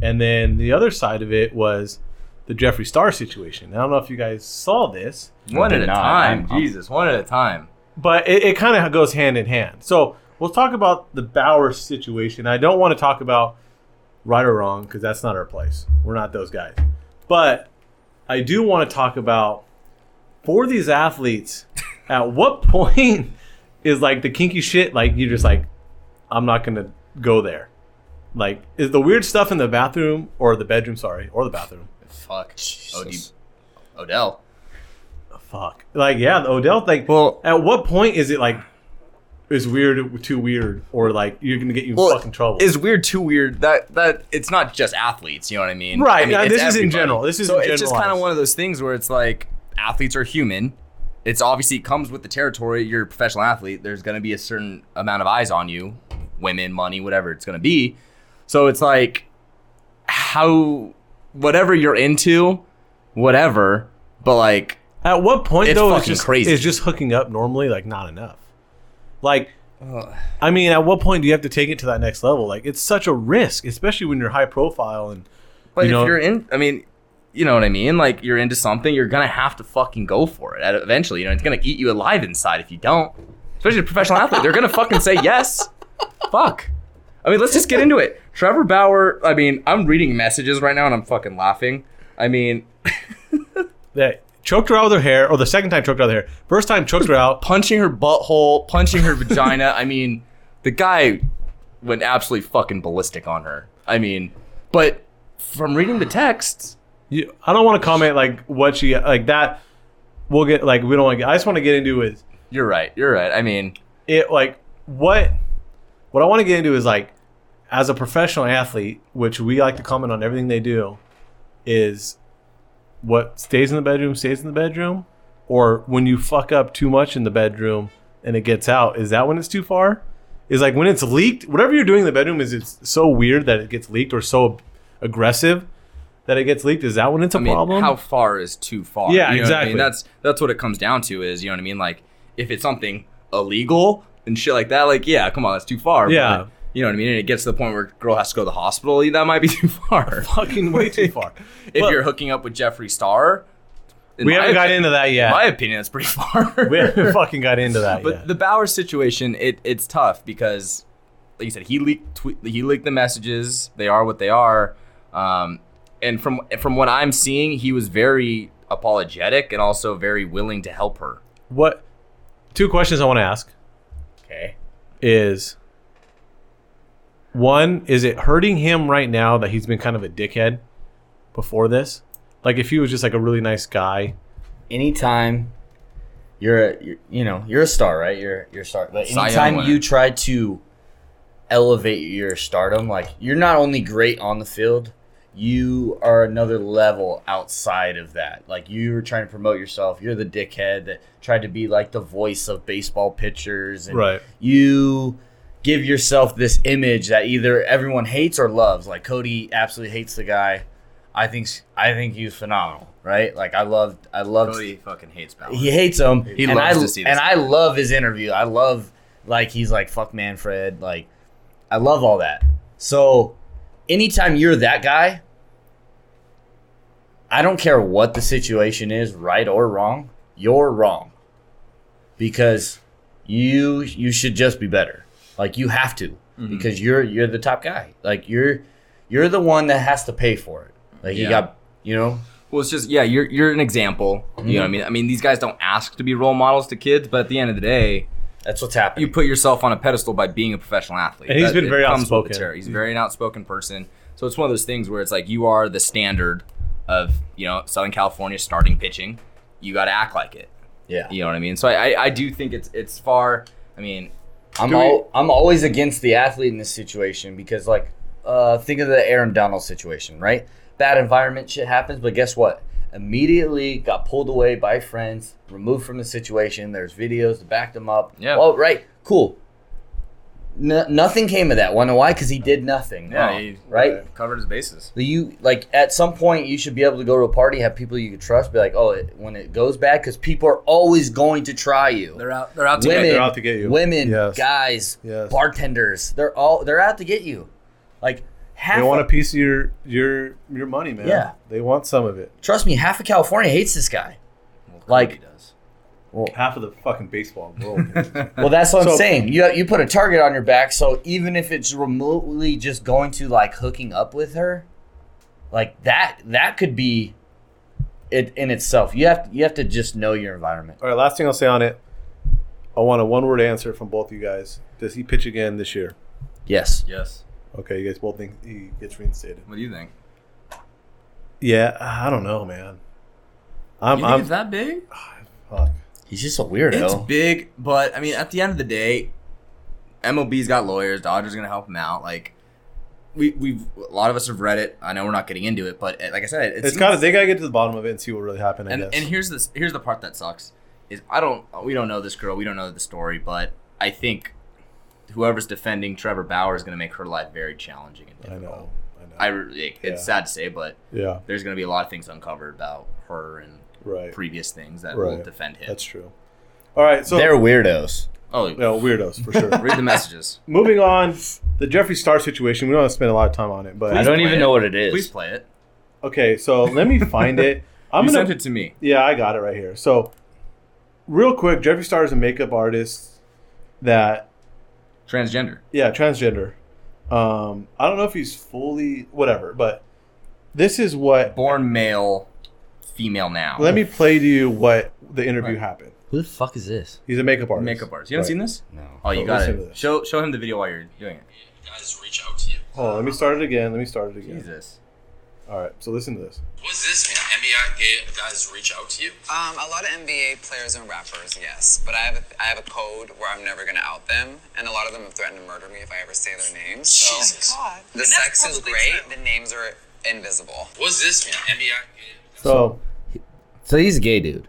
S3: And then the other side of it was the Jeffree Star situation. I don't know if you guys saw this,
S2: One at a
S5: Did not.
S2: time.
S5: I'm- I'm-
S2: Jesus, one at a time.
S3: but it, it kind of goes hand in hand. So we'll talk about the Bauer situation. I don't want to talk about right or wrong because that's not our place. We're not those guys. But I do want to talk about for these athletes, at what point is like the kinky shit, like you're just like, I'm not going to go there. Like, is the weird stuff in the bathroom or the bedroom, sorry, or the bathroom?
S2: Fuck. OD, Odell.
S3: Fuck. Like, yeah, the Odell thing.
S2: Well-
S3: at what point is it like is weird too weird or like you're gonna get you in fucking trouble?
S2: It's weird, too weird. That that it's not just athletes. You know what I mean?
S3: right.
S2: I mean,
S3: yeah,
S2: it's
S3: this is in
S2: everybody.
S3: general. This is
S2: so
S3: in
S2: it's just kind of
S3: generalized.
S2: one of those things where it's like athletes are human. It's obviously it comes with the territory. You're a professional athlete. There's going to be a certain amount of eyes on you, women, money, whatever it's going to be. So it's like how whatever you're into, whatever. But like
S3: At what point
S2: It's
S3: though is
S2: fucking
S3: just
S2: crazy.
S3: is just hooking up normally like not enough? Like, I mean, at what point do you have to take it to that next level? Like, it's such a risk, especially when you're high profile and
S2: But
S3: You
S2: if
S3: know-
S2: you're in, I mean, you know what I mean? Like you're into something, you're gonna have to fucking go for it. At eventually, you know, it's gonna eat you alive inside if you don't. Especially a professional athlete, they're gonna fucking say yes. Fuck. I mean, let's just get into it. Trevor Bauer. I mean, I'm reading messages right now and I'm fucking laughing. I mean,
S3: that choked her out with her hair, or the second time choked her out with her hair, first time choked her out.
S2: punching her butthole, punching her vagina. I mean, the guy went absolutely fucking ballistic on her. I mean, but from reading the texts,
S3: you, I don't want to comment like what she like that. We'll get like we don't want to. I just want to get into is
S2: you're right. You're right. I mean,
S3: it like what what I want to get into is like as a professional athlete, which we like to comment on everything they do, is what stays in the bedroom stays in the bedroom, or when you fuck up too much in the bedroom and it gets out, is that when it's too far? Is like when it's leaked, whatever you're doing in the bedroom is it's so weird that it gets leaked or so aggressive that it gets leaked. Is that when it's a
S2: I mean,
S3: problem?
S2: how far is too far?
S3: Yeah,
S2: You know what I mean?
S3: exactly.
S2: That's that's what it comes down to. Is you know what I mean? Like if it's something illegal and shit like that, like yeah, come on, that's too far. but,
S3: Yeah.
S2: you know what I mean? And it gets to the point where a girl has to go to the hospital. That might be too far.
S3: fucking way too far.
S2: if
S3: But
S2: you're hooking up with Jeffree Star, in
S3: we
S2: my
S3: haven't got
S2: opinion-
S3: into that
S2: In my
S3: yet.
S2: opinion, that's pretty far.
S3: We haven't fucking got into that
S2: But
S3: yet.
S2: the Bauer situation, it it's tough because, like you said, he leaked twe- he leaked the messages. They are what they are, um, and from from what I'm seeing, he was very apologetic and also very willing to help her.
S3: what two questions I want to ask
S2: Okay.
S3: is one, is it hurting him right now that he's been kind of a dickhead before this? Like if he was just like a really nice guy.
S5: anytime you're, a, you're you know you're a star right you're you're a star but
S2: Cy Young
S5: anytime
S2: winner.
S5: you try to elevate your stardom like you're not only great on the field you are another level outside of that like you were trying to promote yourself you're the dickhead that tried to be like the voice of baseball pitchers and
S3: Right.
S5: you give yourself this image that either everyone hates or loves like cody absolutely hates the guy i think i think he's phenomenal right like i loved i loved
S2: Cody fucking hates Bauer.
S5: he hates him. He and
S2: loves
S5: I,
S2: to see this
S5: And I love his interview. I love like he's like fuck Manfred. Like I love all that. So anytime you're that guy, I don't care what the situation is, right or wrong, you're wrong. Because you
S2: Mm-hmm.
S5: you should just be better. Like you have to. Because you're you're the top guy. Like you're you're the one that has to pay for it. Like you
S2: Yeah.
S5: got, you know,
S2: Well, it's just yeah, you're you're an example. You know what I mean? I mean, these guys don't ask to be role models to kids, but at the end of the day,
S5: that's what's happening.
S2: you put yourself on a pedestal by being a professional athlete.
S3: And he's
S2: That-
S3: been
S2: it
S3: very
S2: comes with the
S3: outspoken.
S2: territory. He's a very an outspoken person. So it's one of those things where it's like you are the standard of you know Southern California starting pitching. You got to act like it.
S5: yeah,
S2: You know what I mean? So I, I I do think it's it's far. I mean,
S5: I'm
S2: do we-
S5: all, I'm always against the athlete in this situation because like, uh, think of the Aaron Donald situation, right? Bad environment, shit happens, but guess what? Immediately got pulled away by friends, removed from the situation. There's videos to back them up.
S2: Yeah.
S5: Oh, right. Cool. No, nothing came of that. Wanna why? Because he did nothing.
S2: yeah,
S5: wrong,
S2: he
S5: right.
S2: covered his bases.
S5: So you like at some point you should be able to go to a party, have people you can trust, be like, oh, it, when it goes bad, because people are always going to try you.
S2: They're out. They're out to
S5: women,
S2: get
S3: out to get you.
S5: Women,
S3: Yes.
S5: guys,
S3: Yes.
S5: bartenders, they're all they're out to get you. Like half,
S3: They want a
S5: of-
S3: piece of your your your money, man.
S5: Yeah.
S3: They want some of it.
S5: trust me, half of California hates this guy.
S2: Well,
S5: like-
S2: Cody does.
S3: Half of the fucking baseball world.
S5: Well, that's what I'm
S3: So-
S5: saying. You you put a target on your back, so even if it's remotely just going to like hooking up with her, like that that could be it in itself. You have you have to just know your environment.
S3: All right, last thing I'll say on it. I want a one word answer from both of you guys. Does he pitch again this year?
S5: Yes.
S2: yes.
S3: Okay, you guys both think he gets reinstated.
S2: What do you think?
S3: Yeah, I don't know, man. I'm, Um,
S2: You think
S3: I'm
S2: it's that big?
S3: fuck.
S5: He's just a weirdo.
S2: It's big, but I mean, at the end of the day, MLB's got lawyers. Dodgers gonna help him out. Like we we've a lot of us have read it. I know we're not getting into it, but uh, like I said, it
S3: It's
S2: seems-
S3: got to. They gotta get to the bottom of it and see what really happened. I
S2: And,
S3: guess.
S2: and here's this here's the part that sucks is I don't we don't know this girl. We don't know the story, but I think whoever's defending Trevor Bauer is gonna make her life very challenging and
S3: I
S2: difficult.
S3: know. I know.
S2: I really, it's
S3: Yeah.
S2: sad to say, but
S3: yeah.
S2: there's gonna be a lot of things uncovered about her and
S3: Right.
S2: previous things that will
S3: Right.
S2: defend him.
S3: That's true. All right. So
S5: They're weirdos.
S2: oh,
S3: no, weirdos for sure.
S2: read the messages.
S3: Moving on, the Jeffree Star situation. We don't want to spend a lot of time on it, but
S5: I don't even
S2: play it.
S5: know what it is.
S2: Please play it.
S3: okay. So let me find it. I'm
S2: you
S3: gonna.
S2: sent it to me.
S3: Yeah, I got it right here. So, real quick, Jeffree Star is a makeup artist that
S2: Transgender.
S3: yeah, transgender. Um, I don't know if he's fully whatever, but this is what.
S2: Born male, female now.
S3: Let me play to you what the interview
S2: Right.
S3: happened.
S5: Who the fuck is this?
S3: He's a makeup artist.
S2: Makeup artist. You haven't
S3: Right.
S2: seen this?
S5: No.
S2: Oh, you
S3: Oh,
S2: got
S3: listen to
S2: it.
S3: this.
S2: Show show him the video while you're doing it.
S6: guys reach out to you.
S3: Hold on, let me start it again. Let me start it again.
S2: Jesus.
S3: All right, so listen to this.
S6: What's this, man? NBA gay guys reach out to you?
S7: Um, a lot of NBA players and rappers, yes, but I have a, I have a code where I'm never gonna out them, and a lot of them have threatened to murder me if I ever say their names. So
S6: Jesus.
S7: the sex is great, the names are invisible.
S6: What's this, man? NBA gay.
S3: So
S5: So he's a gay dude.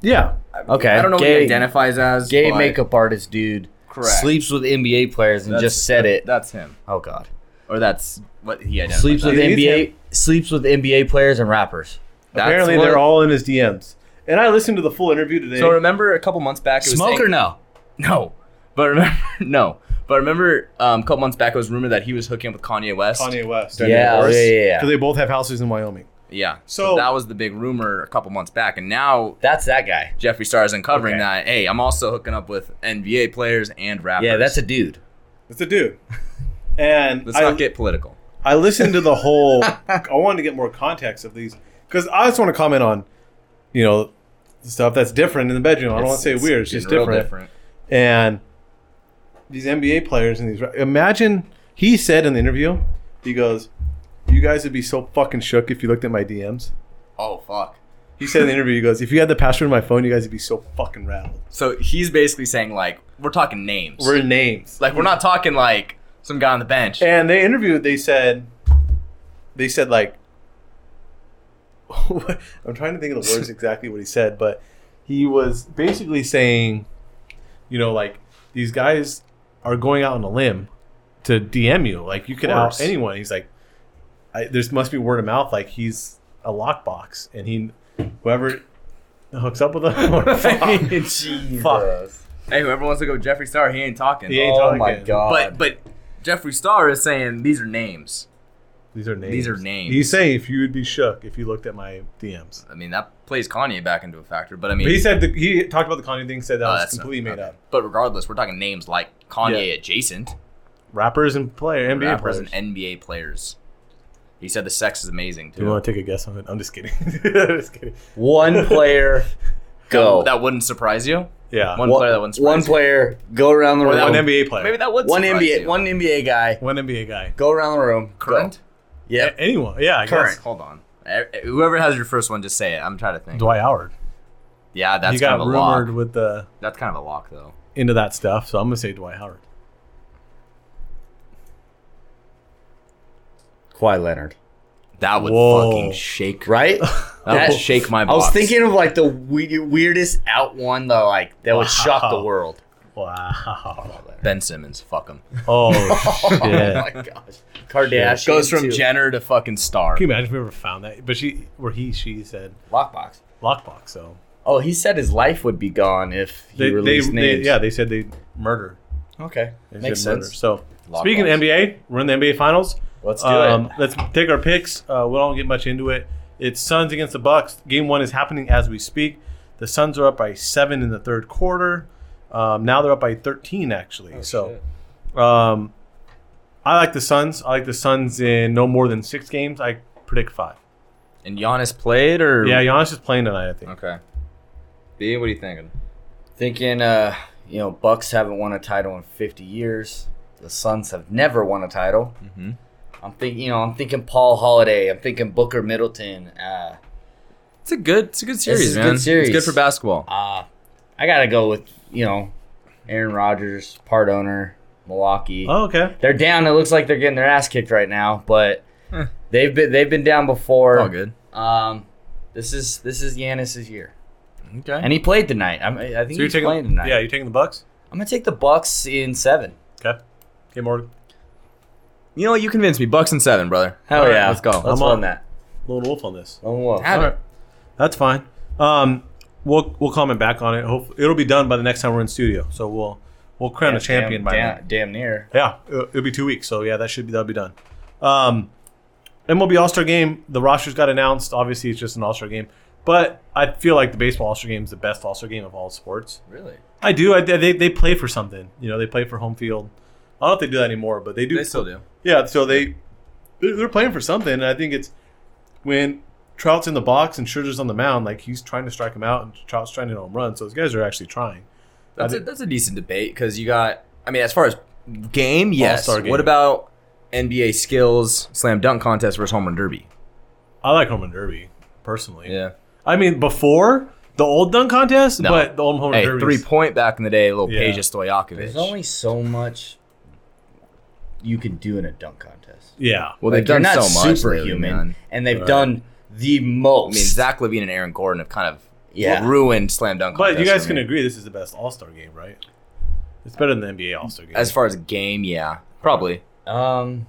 S3: yeah,
S5: Okay.
S2: I don't know what
S5: gay,
S2: he identifies as.
S5: Gay
S2: but
S5: makeup artist dude.
S2: Correct.
S5: Sleeps with NBA players and
S2: that's-
S5: just said it.
S2: That's him.
S5: oh God.
S2: Or that's what he identifies
S5: Sleeps
S2: as.
S5: with
S3: He's
S5: NBA. Sleeps with NBA players and rappers.
S2: That's
S3: apparently
S2: what-
S3: they're all in his DMs. And I listened to the full interview today.
S2: So remember a couple months back it was
S5: Smoke
S2: saying-
S5: or no?
S2: No. But remember no. But remember um, a couple months back it was rumored that he was hooking up with Kanye West.
S3: Kanye West.
S5: Yeah, oh, yeah, yeah,
S3: Because
S5: yeah.
S3: they both have houses in Wyoming.
S2: Yeah.
S3: So-
S2: that was the big rumor a couple months back and now
S5: That's that guy.
S2: Jeffree Star is uncovering
S5: Okay.
S2: that. Hey, I'm also hooking up with NBA players and rappers.
S5: Yeah, that's a dude.
S3: It's a dude. And
S2: Let's
S3: I,
S2: not get political.
S3: I listened to the whole. I wanted to get more context of these because I just want to comment on, you know, stuff that's different in the bedroom. I don't want to say weird. It's just
S2: getting real
S3: different. And these NBA players and these imagine he said in the interview, he goes, "You guys would be so fucking shook if you looked at my DMs."
S2: Oh fuck.
S3: He said in the interview, he goes, "If you had the password to my phone, you guys would be so fucking rattled."
S2: So he's basically saying like we're talking names.
S3: We're names.
S2: like we're not talking like some guy on the bench.
S3: And they interviewed. They said, they said like, I'm trying to think of the words exactly what he said, but he was basically saying, you know, like these guys are going out on a limb to DM you. Like you could out
S2: course.
S3: anyone. He's like, I, there's must be word of mouth. Like he's a lockbox, and he whoever hooks up with him.
S2: Oh,
S3: fuck, fuck.
S2: Hey, whoever wants to go Jeffree Star, he ain't talking.
S3: He ain't
S5: Oh
S3: talking.
S5: my God.
S2: But but Jeffree Star is saying these are names.
S3: These are names.
S2: These are names.
S3: He's saying if you would be shook if you looked at my DMs.
S2: I mean that plays Kanye back into a factor, but I mean
S3: But he said the, he talked about the Kanye thing. Said that
S2: Oh,
S3: was
S2: that's
S3: completely
S2: not-
S3: made
S2: okay.
S3: up.
S2: But regardless, we're talking names like Kanye
S3: Yeah.
S2: adjacent,
S3: Rappers and player NBA
S2: rappers
S3: players.
S2: and NBA players. He said the sex is amazing
S3: You
S2: too.
S3: want to take a guess on it? I'm just kidding. I'm just kidding.
S5: One player, go.
S2: Um, That wouldn't surprise you.
S3: Yeah.
S2: One
S5: One-
S2: player that wouldn't surprise
S5: one
S2: you.
S5: player, go around the
S2: Or
S5: room.
S2: that
S3: one NBA player.
S2: Maybe that would.
S5: One
S2: surprise
S5: NBA,
S2: you.
S5: one NBA guy,
S3: One NBA guy.
S5: go around the room. Go.
S2: current. Eh,
S5: Yeah.
S3: A- Anyone? Yeah. I
S5: Current.
S3: Guess.
S2: Hold on. Eh, eh, Whoever has your first one, just say it. I'm trying to think.
S3: Dwight Howard.
S2: Yeah, that's
S3: he got
S2: kind of a
S3: rumored
S2: lock.
S3: with the
S2: That's kind of a lock though.
S3: into that stuff, so I'm gonna say Dwight Howard.
S5: Kawhi Leonard.
S2: That would
S3: Whoa.
S2: fucking shake.
S5: Right?
S2: That
S5: That-
S2: would shake my.
S5: I was
S2: box.
S5: thinking of like the we- weirdest out one though, like that would shock the
S3: Wow.
S5: world.
S3: Wow.
S2: Ben Simmons. Fuck him.
S3: Oh shit.
S5: Oh my gosh. Kardashian
S2: Goes from
S5: to
S2: Jenner to fucking star.
S3: Can you imagine if we ever found that? But she, where he, she said
S5: Lockbox.
S3: lockbox. So
S5: Oh, he said his life would be gone if he
S3: they, they,
S5: released
S3: they,
S5: names.
S3: yeah, they said they murder.
S5: Okay.
S3: They
S5: Makes
S3: said murder.
S5: sense.
S3: So
S2: Lockbox.
S3: speaking of NBA, we're in the NBA finals.
S5: Let's do
S3: Um,
S5: it.
S3: let's take our picks. Uh, we don't get much into it. It's Suns against the Bucks. Game one is happening as we speak. The Suns are up by seven in the third quarter. Um, now they're up by thirteen
S5: Oh,
S3: actually. so, um, I like the Suns. I like the Suns in no more than six games. I predict five.
S2: And Giannis played or
S3: Yeah, Giannis is playing tonight. I think.
S2: Okay. B, what are you thinking?
S5: Thinking, uh, you know, Bucks haven't won a title in 50 years. The Suns have never won a title.
S2: Mhm.
S5: I'm thinking, you know, I'm thinking Paul Holiday. I'm thinking Booker Middleton. Uh,
S2: It's a good. It's a good series,
S5: is a
S2: man.
S5: good series.
S2: It's good for basketball.
S5: uh, I gotta go with you know, Aaron Rodgers, part owner, Milwaukee.
S3: Oh, okay.
S5: They're down. It looks like they're getting their ass kicked right now, but they've been they've been down before.
S2: All good.
S5: Um, this is this is Giannis's year,
S2: Okay.
S5: and he played tonight. I'm, I think
S3: So you're
S5: he's
S3: taking.
S5: playing tonight.
S3: Yeah, you're taking the Bucks.
S5: I'm gonna take the Bucks in seven.
S3: Okay. Okay, Morgan.
S2: you know what? You convinced me. Bucks and seven, brother.
S5: Hell
S2: All right,
S5: yeah,
S2: Let's go.
S5: Let's
S3: I'm
S5: run
S3: on.
S5: that.
S3: Lone wolf on this.
S5: Lone Wolf.
S2: Have it.
S3: That's fine. Um, we'll we'll comment back on it. Hope it'll be done by the next time we're in studio. So we'll we'll crown a champion
S5: damn,
S3: by
S5: damn,
S3: then.
S5: damn near.
S3: Yeah, it'll, it'll be two weeks. So yeah, that should be that'll be done. Um, MLB All Star Game. The rosters got announced. Obviously, it's just an All Star Game, but I feel like the baseball All Star Game is the best All Star Game of all sports.
S2: Really?
S3: I do. I, they they play for something. You know, they play for home field. I don't know if they do that anymore, but they do.
S2: They still do.
S3: Yeah, so they they're they're playing for something, and I think it's when Trout's in the box and Scherzer's on the mound, like he's trying to strike him out, and Trout's trying to hit a home run. So those guys are actually trying.
S2: That's
S3: I
S2: a,
S3: did-
S2: that's a decent debate because you got. I mean, as far as game, yes.
S3: All-star game.
S2: What about NBA skills, slam dunk contest versus home run derby?
S3: I like home run derby personally.
S2: Yeah.
S3: I mean before the old dunk contest,
S2: No.
S3: but the old home run
S2: Hey,
S3: derby.
S2: three point back in the day, little
S3: Yeah.
S2: Peja Stojakovic.
S5: There's only so much you can do in a dunk contest.
S3: yeah,
S2: well,
S5: Like,
S2: they've done
S5: you're not
S2: so much. lately,
S5: superhuman,
S2: man.
S5: and they've done the most.
S2: I mean, Zach Levine and Aaron Gordon have kind of
S5: Yeah.
S2: ruined slam dunk.
S3: but you
S2: contests
S3: guys
S2: for
S3: can
S2: me.
S3: agree this is the best All Star game, right? It's better than the NBA All Star game.
S2: As far as game, yeah, probably.
S5: Um.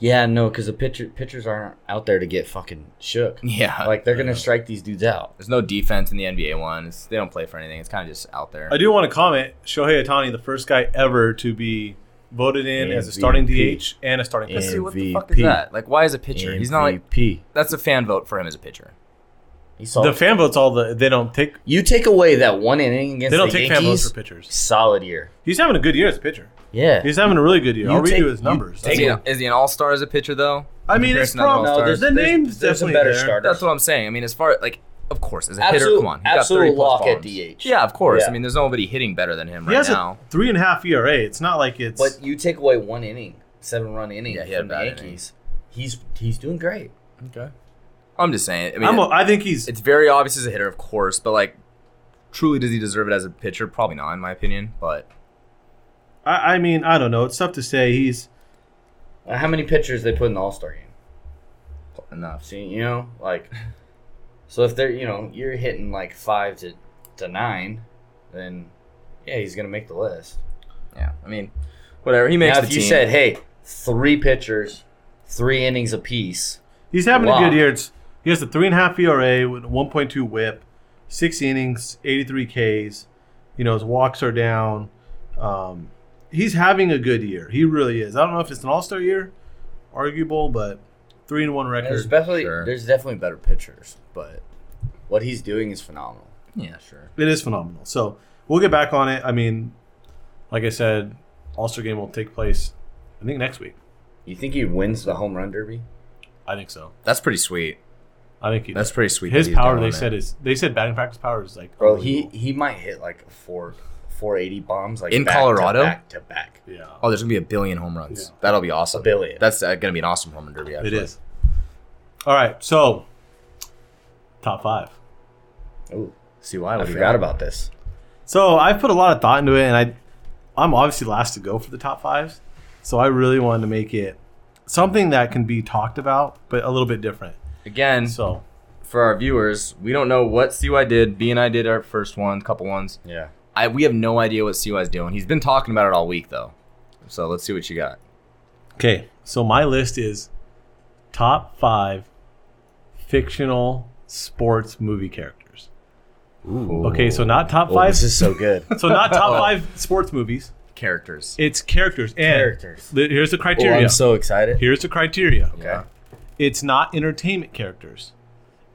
S5: Yeah, no, because the pitcher, pitchers aren't out there to get fucking shook.
S2: Yeah,
S5: Like they're gonna strike these dudes out.
S2: There's no defense in the NBA one. It's, they don't play for anything. It's kind of just out there.
S3: I do want to comment Shohei Otani, the first guy ever to be voted in as a starting
S5: MVP.
S3: DH and a starting
S5: Yeah.
S3: pitcher.
S2: See, what the fuck is
S5: MVP.
S2: that? Like, why is a pitcher? He's not like
S5: MVP.
S2: that's a fan vote for him as a pitcher.
S5: He saw
S3: The fan votes all the they don't take
S5: you take away that one inning against
S3: they don't
S5: the
S3: take fan votes
S5: Yankees.
S3: for pitchers.
S5: solid year.
S3: He's having a good year as a pitcher.
S5: Yeah.
S3: He's having a really good year.
S5: You
S3: All we
S5: take-
S3: do is numbers.
S2: Is
S3: That's
S2: he,
S3: all.
S2: an, is he an all star as a pitcher though?
S3: I mean, it's
S2: Comparison to
S3: probably
S2: all-stars.
S5: no, there's
S3: the
S5: there's-
S3: name's
S5: there's some
S3: definitely
S5: better
S3: there.
S5: starters.
S2: That's what I'm saying. I mean, as far like, of course, as a hitter,
S5: Absolute-
S2: come on, he's got
S5: absolute
S2: 30 plus
S5: lock at
S2: bombs.
S5: DH.
S2: Yeah, of course.
S5: Yeah.
S2: I mean, there's nobody hitting better than him
S3: He
S2: right
S3: has
S2: now.
S3: a three and a half ERA. It's not like it's.
S5: But you take away one inning, seven run inning
S2: Yeah, he had
S5: from the
S2: bad
S5: Yankees. He's he's doing great.
S2: okay, I'm just saying. I mean,
S3: I'm a, I think he's.
S2: it's very obvious as a hitter, of course, but like, truly, does he deserve it as a pitcher? Probably not, in my opinion. But
S3: I, I mean, I don't know. It's tough to say. He's.
S5: Uh, How many pitchers they put in the All Star game?
S2: enough.
S5: See, you know, like, so if they're, you know, you're hitting like five to, to nine, then yeah, he's gonna make the list.
S2: Yeah, I mean, whatever. He makes
S5: now,
S2: the
S5: if you
S2: team.
S5: said, hey, three pitchers, three innings apiece,
S3: He's having a
S5: Wow.
S3: good year. It's, he has a three and a half ERA with 1.2 WHIP, six innings, 83 Ks. You know his walks are down. Um, he's having a good year. He really is. I don't know if it's an All Star year, arguable, but three and one
S5: there's
S3: record.
S5: definitely
S2: Sure.
S5: there's definitely better pitchers, but what he's doing is phenomenal.
S2: yeah, sure.
S3: It is phenomenal. So we'll get back on it. I mean, like I said, All Star game will take place, I think next week.
S5: You think he wins the home run derby?
S3: I think so.
S2: That's pretty sweet.
S3: I think he,
S2: That's pretty sweet.
S3: his
S2: that he's
S3: power.
S2: down
S3: They
S2: on
S3: said
S2: it.
S3: is they said batting practice power is like
S2: Oh,
S5: Bro, he
S3: unbelievable.
S5: he might hit like four, 480 bombs like
S2: In
S5: back
S2: Colorado?
S5: to back to back.
S3: yeah
S2: Oh, there's gonna be a billion home runs. That'll be awesome.
S5: A billion.
S2: That's uh, gonna be an awesome home run derby.
S3: it
S2: Actually.
S3: is. All right, so top five.
S5: Ooh,
S2: See why?
S5: I
S2: What do you
S5: forgot
S2: got?
S5: about this.
S3: So I've put a lot of thought into it, and I, I'm obviously last to go for the top fives. So I really wanted to make it something that can be talked about, but a little bit different.
S2: Again,
S3: So
S2: for our viewers, we don't know what CY did. B and I did our first one, couple ones.
S5: Yeah.
S2: I we have no idea what CY's doing. He's been talking about it all week though. So let's see what you got.
S3: okay, so my list is top five fictional sports movie characters.
S2: Ooh.
S3: Okay, so not top
S5: Oh,
S3: five.
S5: this is Oh. so good.
S3: so not top five sports movies.
S2: characters.
S3: It's characters and
S5: Characters.
S3: the- here's the
S5: Oh,
S3: criteria.
S5: I'm so excited.
S3: here's the criteria.
S2: Yeah.
S3: it's not entertainment characters.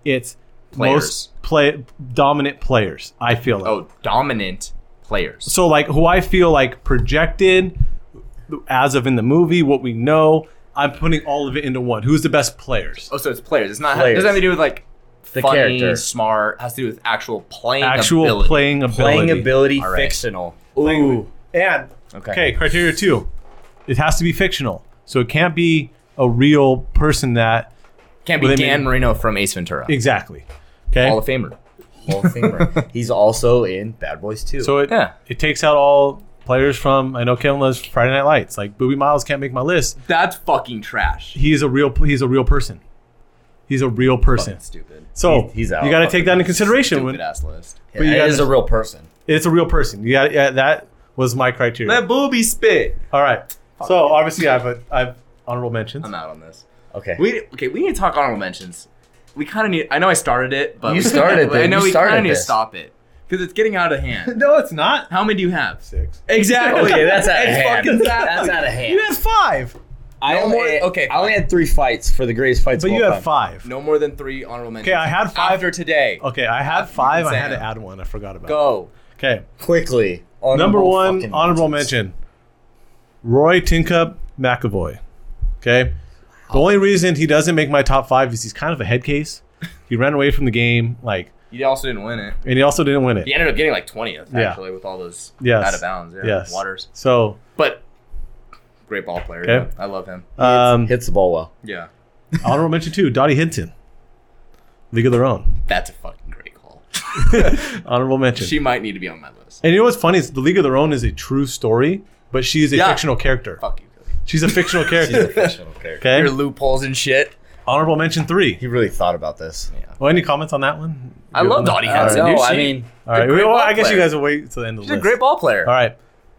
S3: It's
S2: Players.
S3: most play dominant players. I feel like
S2: Oh, dominant players.
S3: so like who I feel like projected as of in the movie what we know. I'm putting all of it into one. Who's the best players?
S2: Oh, so it's players. It's not. It
S5: Players.
S2: doesn't have to do with like
S5: The
S2: funny,
S5: character.
S2: smart. Has to do with actual playing.
S3: Actual
S2: ability.
S3: playing ability.
S5: Playing ability,
S2: All right.
S5: fictional.
S3: Ooh. And
S2: Okay.
S3: okay, criteria two. It has to be fictional, so it can't be a real person that
S2: Can't be
S3: Well, they
S2: Dan
S3: made-
S2: Marino from Ace Ventura.
S3: exactly. Okay,
S2: Hall of Famer.
S5: Hall of Famer. He's also in Bad Boys 2.
S3: So it
S2: Yeah.
S3: it takes out all players from I know Kevin loves Friday Night Lights. Like Booby Miles can't make my list.
S2: That's fucking trash.
S3: He is a real he's a real person. He's a real person.
S2: Fucking stupid.
S3: So
S5: He's- he's out.
S3: you got to take that into
S2: Stupid
S3: consideration. When,
S2: ass list.
S5: yeah,
S3: but you
S5: that
S3: gotta-
S5: is a real person.
S3: it's a real person. You got yeah, that was my criteria.
S2: booby spit.
S3: all right. So obviously I've a, I've honorable mentions.
S2: I'm out on this.
S5: Okay.
S2: We okay. We need to talk honorable mentions. We kind of need. I know I started it, but
S5: You
S2: we-
S5: started
S2: I
S5: it.
S2: know
S5: You
S2: we kind
S5: started
S2: of need to
S5: this.
S2: stop it because it's getting out of hand.
S3: No, it's not
S2: How many do you have?
S3: six.
S2: Exactly.
S5: Okay, that's out of
S2: It's
S5: hand.
S2: fucking-
S5: That's out of hand.
S3: You had five,
S5: I only,
S2: more- okay,
S5: okay, I only had three fights for the greatest fights.
S3: but
S5: of
S3: you
S5: all
S3: had
S5: time.
S3: five.
S2: No more than three honorable mentions.
S3: Okay, I had five. Oh.
S2: After today,
S3: Okay, I had five. I had to
S2: Sam.
S3: add one. I forgot about. it.
S2: go.
S3: Okay,
S5: quickly.
S3: Number
S5: Honorable
S3: one
S5: fucking
S3: honorable
S5: mentions.
S3: mention: Roy Tinkup McAvoy. Okay, the only reason he doesn't make my top five is he's kind of a head case. He ran away from the game, like,
S2: You also didn't win it.
S3: and he also didn't win it.
S2: He ended up getting like twentieth
S3: Yeah.
S2: actually with all those
S3: Yes.
S2: out of bounds. Yeah,
S3: yes.
S2: Waters,
S3: So,
S2: but great ball player.
S3: Okay.
S2: yeah. I love him.
S3: um,
S5: Hits the ball well.
S2: Yeah,
S3: honorable mention two: Dottie Hinton, League of Their Own.
S2: that's a fucking great call.
S3: Honorable mention.
S2: She might need to be on my list.
S3: and you know what's funny is the League of Their Own is a true story, but she is a
S2: Yeah. Uh,
S3: fictional character.
S2: Fuck you. Cody.
S3: She's a fictional
S5: He's a
S3: character.
S5: fictional character.
S2: Your
S3: okay.
S2: loopholes and shit.
S3: Honorable mention three.
S5: He really thought about this.
S3: Well, any comments on that one?
S2: I love Dottie
S5: I don't
S2: Henson.
S5: know.
S2: dude.
S5: I
S2: She-
S5: mean,
S3: All right.
S2: She's a great
S3: Well,
S2: ball
S3: I guess you
S2: player.
S3: guys will wait till the end of
S2: she's
S3: the
S2: a
S3: list.
S2: great ball player.
S3: All right.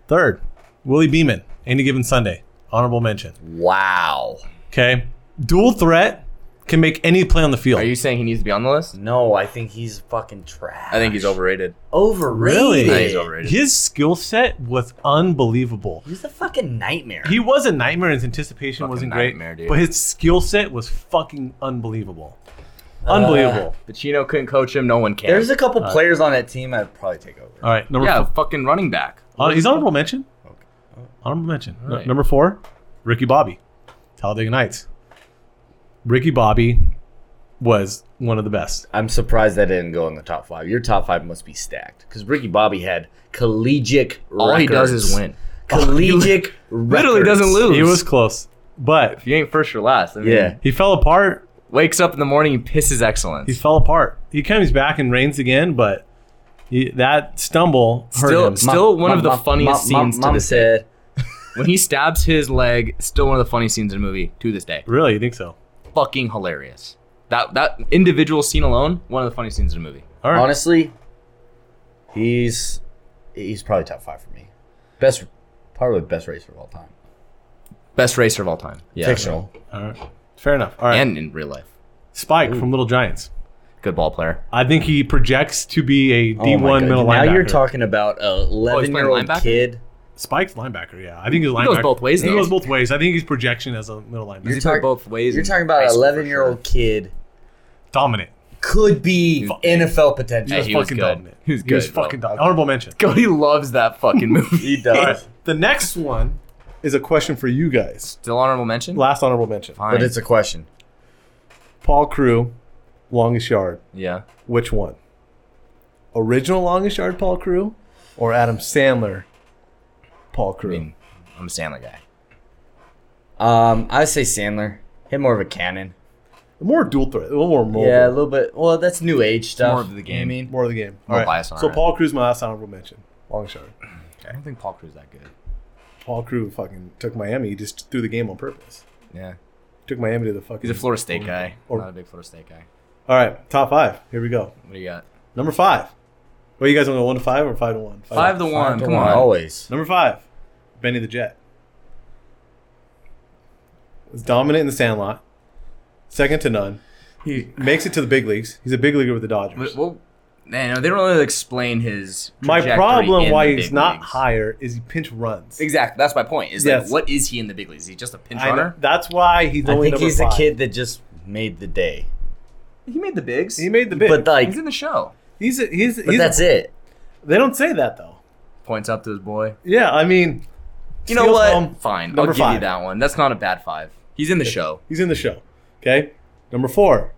S3: Third, Willie Beeman, any given Sunday. Honorable mention.
S5: wow.
S3: Okay. Dual threat can make any play on the field.
S2: Are you saying he needs to be on the list?
S5: No, I think he's fucking trash.
S2: I think he's overrated.
S5: overrated.
S3: Really?
S2: I think he's overrated.
S3: His skill set was unbelievable.
S5: He's a fucking nightmare.
S3: He was a nightmare and his anticipation
S2: Fucking
S3: wasn't great.
S2: nightmare, dude.
S3: But his skill set was fucking unbelievable. Unbelievable.
S2: Pacino couldn't coach him. No one can.
S5: There's a couple players on that team I'd probably take over.
S2: Uh,
S3: All right. Number
S2: yeah,
S3: four.
S2: fucking running back.
S3: hon- He's honorable mention. Honorable mention.
S2: All right.
S3: Number four, Ricky Bobby, Talladega Nights. Ricky Bobby was one of the best.
S5: I'm surprised that didn't go in the top five. Your top five must be stacked because Ricky Bobby had collegiate.
S2: All he does
S5: records.
S2: is win.
S5: Collegiate.
S2: Literally
S5: records.
S2: doesn't lose.
S3: He was close, but
S2: If you ain't first or last, I mean,
S5: Yeah.
S3: He fell apart.
S2: Wakes up in the morning and pisses
S3: He
S2: excellence.
S3: fell apart. He comes back and reigns again, but he, that stumble hurt
S2: Still-
S3: him.
S2: still- one of the funniest scenes to
S5: Mom
S2: this
S5: said,
S2: when he stabs his leg, still one of the funniest scenes in the movie to this day.
S3: really, you think so?
S2: Fucking hilarious. That that individual scene alone, one of the funniest scenes in the movie.
S3: All right.
S5: honestly, he's he's probably top five for me. Best, probably best racer of all time.
S2: Best racer of all time. Yeah.
S5: Fictional.
S3: All right. Fair enough. All right.
S2: And in real life.
S3: Spike from Little Giants.
S2: Good ball player.
S3: I think he projects to be a
S5: Oh
S3: D1
S5: my God.
S3: middle
S5: Now
S3: linebacker.
S5: you're talking about a 11 year old
S2: Oh, linebacker?
S5: kid.
S3: Spike's linebacker, yeah. I think he's linebacker.
S2: goes both ways,
S3: He
S2: though.
S3: goes both ways. I think he's projection as a middle linebacker.
S2: He's played both ways.
S5: You're
S2: in
S5: talking
S2: high
S5: about an
S2: school for
S5: 11 year old kid
S3: dominant.
S5: could be
S2: Fuck.
S5: NFL potential.
S2: Hey,
S3: He's
S2: he was
S3: fucking
S2: good.
S3: dominant.
S2: He was
S3: He was
S2: good, bro.
S3: fucking dominant. Honorable mention.
S2: sure. Cody loves that fucking movie.
S5: He
S3: All right.
S5: does,
S3: The next one is a question for you guys.
S2: Still honorable mention?
S3: Last honorable mention.
S2: Fine.
S5: but it's a question.
S3: Paul Crew, Longest Yard.
S2: Yeah.
S3: Which one? Original Longest Yard Paul Crew or Adam Sandler Paul Crew?
S2: I mean, I'm a Sandler guy.
S5: Um, I would say Sandler. Hit more of a cannon.
S3: more dual threat, a little more mobile.
S5: Yeah, a little bit. Well, that's new age stuff.
S2: More of the game.
S5: You know what
S3: more of the game. All
S2: More
S3: right.
S2: bias on
S3: so
S2: our
S3: Paul Crew's my last honorable mention. Longest Yard.
S2: I don't think Paul Crew's that good.
S3: Paul Crew fucking took Miami. He just threw the game on purpose.
S2: Yeah.
S3: Took Miami to the fucking.
S2: He's a Florida State guy.
S3: Or-
S2: Not a big Florida State guy.
S3: All right, top five. Here we go.
S2: What do you got?
S3: Number five. Well, you guys want to go one to five or five to one?
S5: Oh,
S2: Five to
S5: I
S2: one.
S5: mean?
S2: Come on.
S5: Always.
S3: Number five, Benny the Jet. Was dominant in the Sandlot, second to none. He makes it to the big leagues. He's a big leaguer with the Dodgers.
S2: But- Well, man, they don't really explain his.
S3: My
S2: trajectory in
S3: problem why
S2: the
S3: he's
S2: big
S3: not
S2: leagues.
S3: higher is he pinch runs.
S2: Exactly. That's my point. Is
S3: Yes.
S2: like, what is he in the big leagues? Is he just a pinch
S3: I know-
S2: runner?
S3: that's why he's
S5: I
S3: only
S5: think
S3: number
S5: he's
S3: five.
S5: the kid that just made the day.
S2: He made the bigs.
S3: He made the big.
S5: But like,
S2: he's in the show.
S3: he's a, he's
S5: but that's it.
S3: They don't say that though.
S2: Points up to his boy.
S3: Yeah, I mean,
S2: You know
S3: steals
S2: what?
S3: home.
S2: Fine. I'll
S3: Number
S2: give you
S3: five.
S2: that one. That's not a bad five. He's in the show.
S3: He's in the show. Okay. Number four,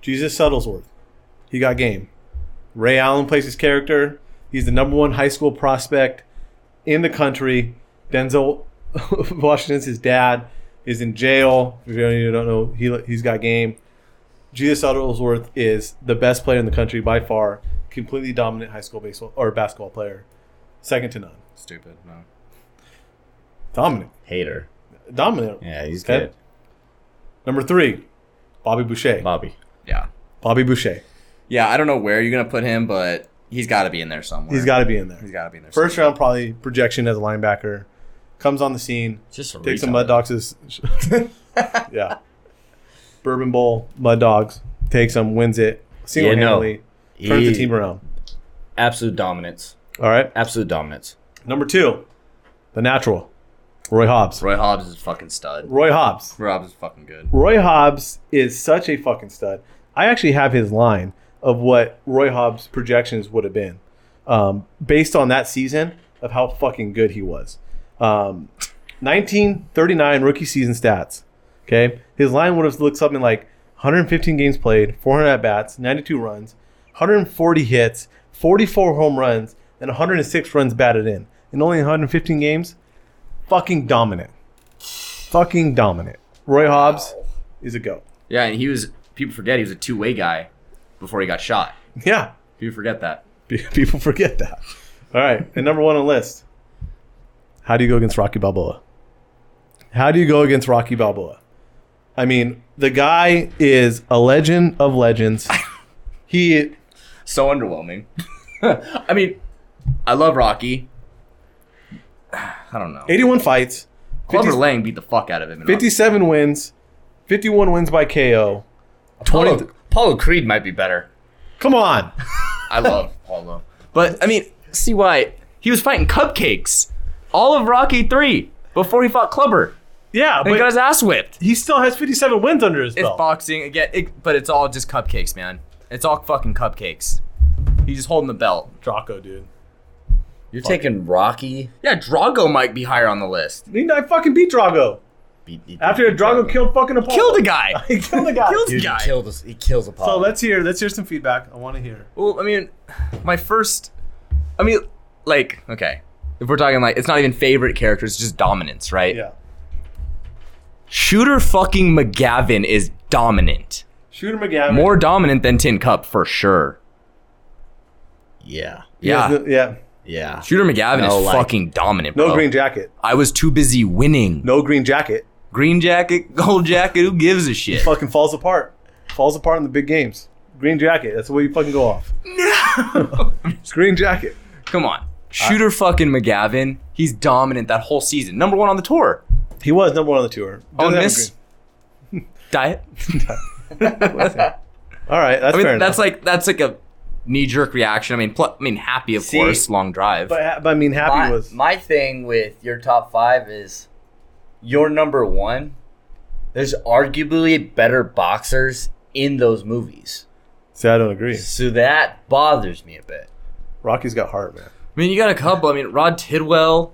S3: Jesus Suttlesworth. He got game. Ray Allen plays his character. He's the number one high school prospect in the country. Denzel Washington's his dad is in jail. If you don't know, he, he's got game. Jesus Suttlesworth is the best player in the country by far. Completely dominant high school baseball or basketball player. Second to none.
S2: Stupid. No.
S3: Dominant.
S5: Hater.
S3: Dominant.
S5: Yeah, he's
S3: Okay.
S5: good.
S3: Number three, Bobby Boucher.
S5: Bobby.
S2: Yeah.
S3: Bobby Boucher.
S2: Yeah. I don't know where you're gonna put him, but he's got to be in there somewhere.
S3: He's got to be in there.
S2: He's got to be in there.
S3: First
S2: somewhere.
S3: round, probably projection as a linebacker. Comes on the scene,
S5: Just a
S3: takes some
S5: retard.
S3: Mud Dogs. yeah. Bourbon Bowl, Mud Dogs. Takes him, wins it. Single handedly. Turns the
S5: He-
S3: team around.
S5: Absolute dominance.
S3: All right.
S5: Absolute dominance.
S3: Number two, the natural, Roy Hobbs.
S2: Roy Hobbs is a fucking stud.
S3: Roy Hobbs.
S2: Roy Hobbs is fucking good.
S3: Roy Hobbs is such a fucking stud. I actually have his line of what Roy Hobbs' projections would have been um, based on that season of how fucking good he was. Um, 1939 rookie season stats. Okay. His line would have looked something like 115 games played, 400 at bats, 92 runs, 140 hits, 44 home runs, and 106 runs batted in. In only 115 games, fucking dominant. Fucking dominant. Roy Hobbs is a go.
S2: Yeah, and he was. People forget he was a two way guy before he got shot.
S3: Yeah.
S2: People forget that.
S3: People forget that. All right. And number one on the list. How do you go against Rocky Balboa? How do you go against Rocky Balboa? I mean, the guy is a legend of legends. He
S2: So underwhelming. I mean, I love Rocky. I don't know.
S3: 81 fights,
S2: Clubber
S3: 50
S2: Lang beat the fuck out of him. in
S3: 57 wins, 51 wins by KO. 20
S2: Apollo, Apollo Creed might be better.
S3: Come on.
S2: I love Apollo. But I mean, see why he was fighting cupcakes all of Rocky 3 before he fought Clubber.
S3: Yeah,
S2: And he got
S3: but
S2: his ass whipped.
S3: he still has 57 wins under his
S2: It's
S3: belt.
S2: boxing again, it, but it's all just cupcakes, man. It's all fucking cupcakes. He's just holding the belt.
S3: Draco, dude.
S5: You're taking Rocky.
S2: Yeah, Drago might be higher on the list.
S3: He I fucking beat Drago.
S5: Beat, he-
S3: After Drago killed fucking Apollo.
S2: Kill the guy.
S3: He killed the guy.
S2: Kill the
S5: Dude,
S2: guy.
S5: he killed us. He kills Apollo.
S3: so let's hear let's hear some feedback. I want to hear.
S2: Well, I mean, my first. I mean, like, okay. If we're talking like, it's not even favorite characters, just dominance, right?
S3: Yeah.
S2: Shooter fucking McGavin is dominant.
S3: Shooter McGavin.
S2: More dominant than Tin Cup for sure.
S5: yeah,
S2: Yeah.
S3: Yeah. yeah.
S5: yeah.
S2: Shooter McGavin
S5: No,
S2: is
S5: like-
S2: fucking dominant,
S3: No
S2: bro.
S3: green jacket.
S2: I was too busy winning.
S3: No green jacket.
S2: Green jacket, gold jacket, who gives a shit?
S3: Fucking falls apart. Falls apart in the big games. Green jacket. That's the way you fucking go off. green jacket.
S2: Come on. Shooter fucking McGavin, he's dominant that whole season. Number one on the tour.
S3: He was number one on the tour.
S2: On
S3: Doesn't have a
S2: Oh, miss diet.
S3: green- All right. That's
S2: I mean,
S3: fair enough.
S2: that's like that's like a knee jerk reaction. I mean, pl- I mean, happy of
S5: See,
S2: course, long drive.
S3: But, but I mean, happy
S5: My,
S3: was.
S5: my thing with your top five is your number one. There's arguably better boxers in those movies,
S3: See, I don't agree.
S5: so that bothers me a bit.
S3: Rocky's got heart, man.
S2: I mean, you got a couple. I mean, Rod Tidwell,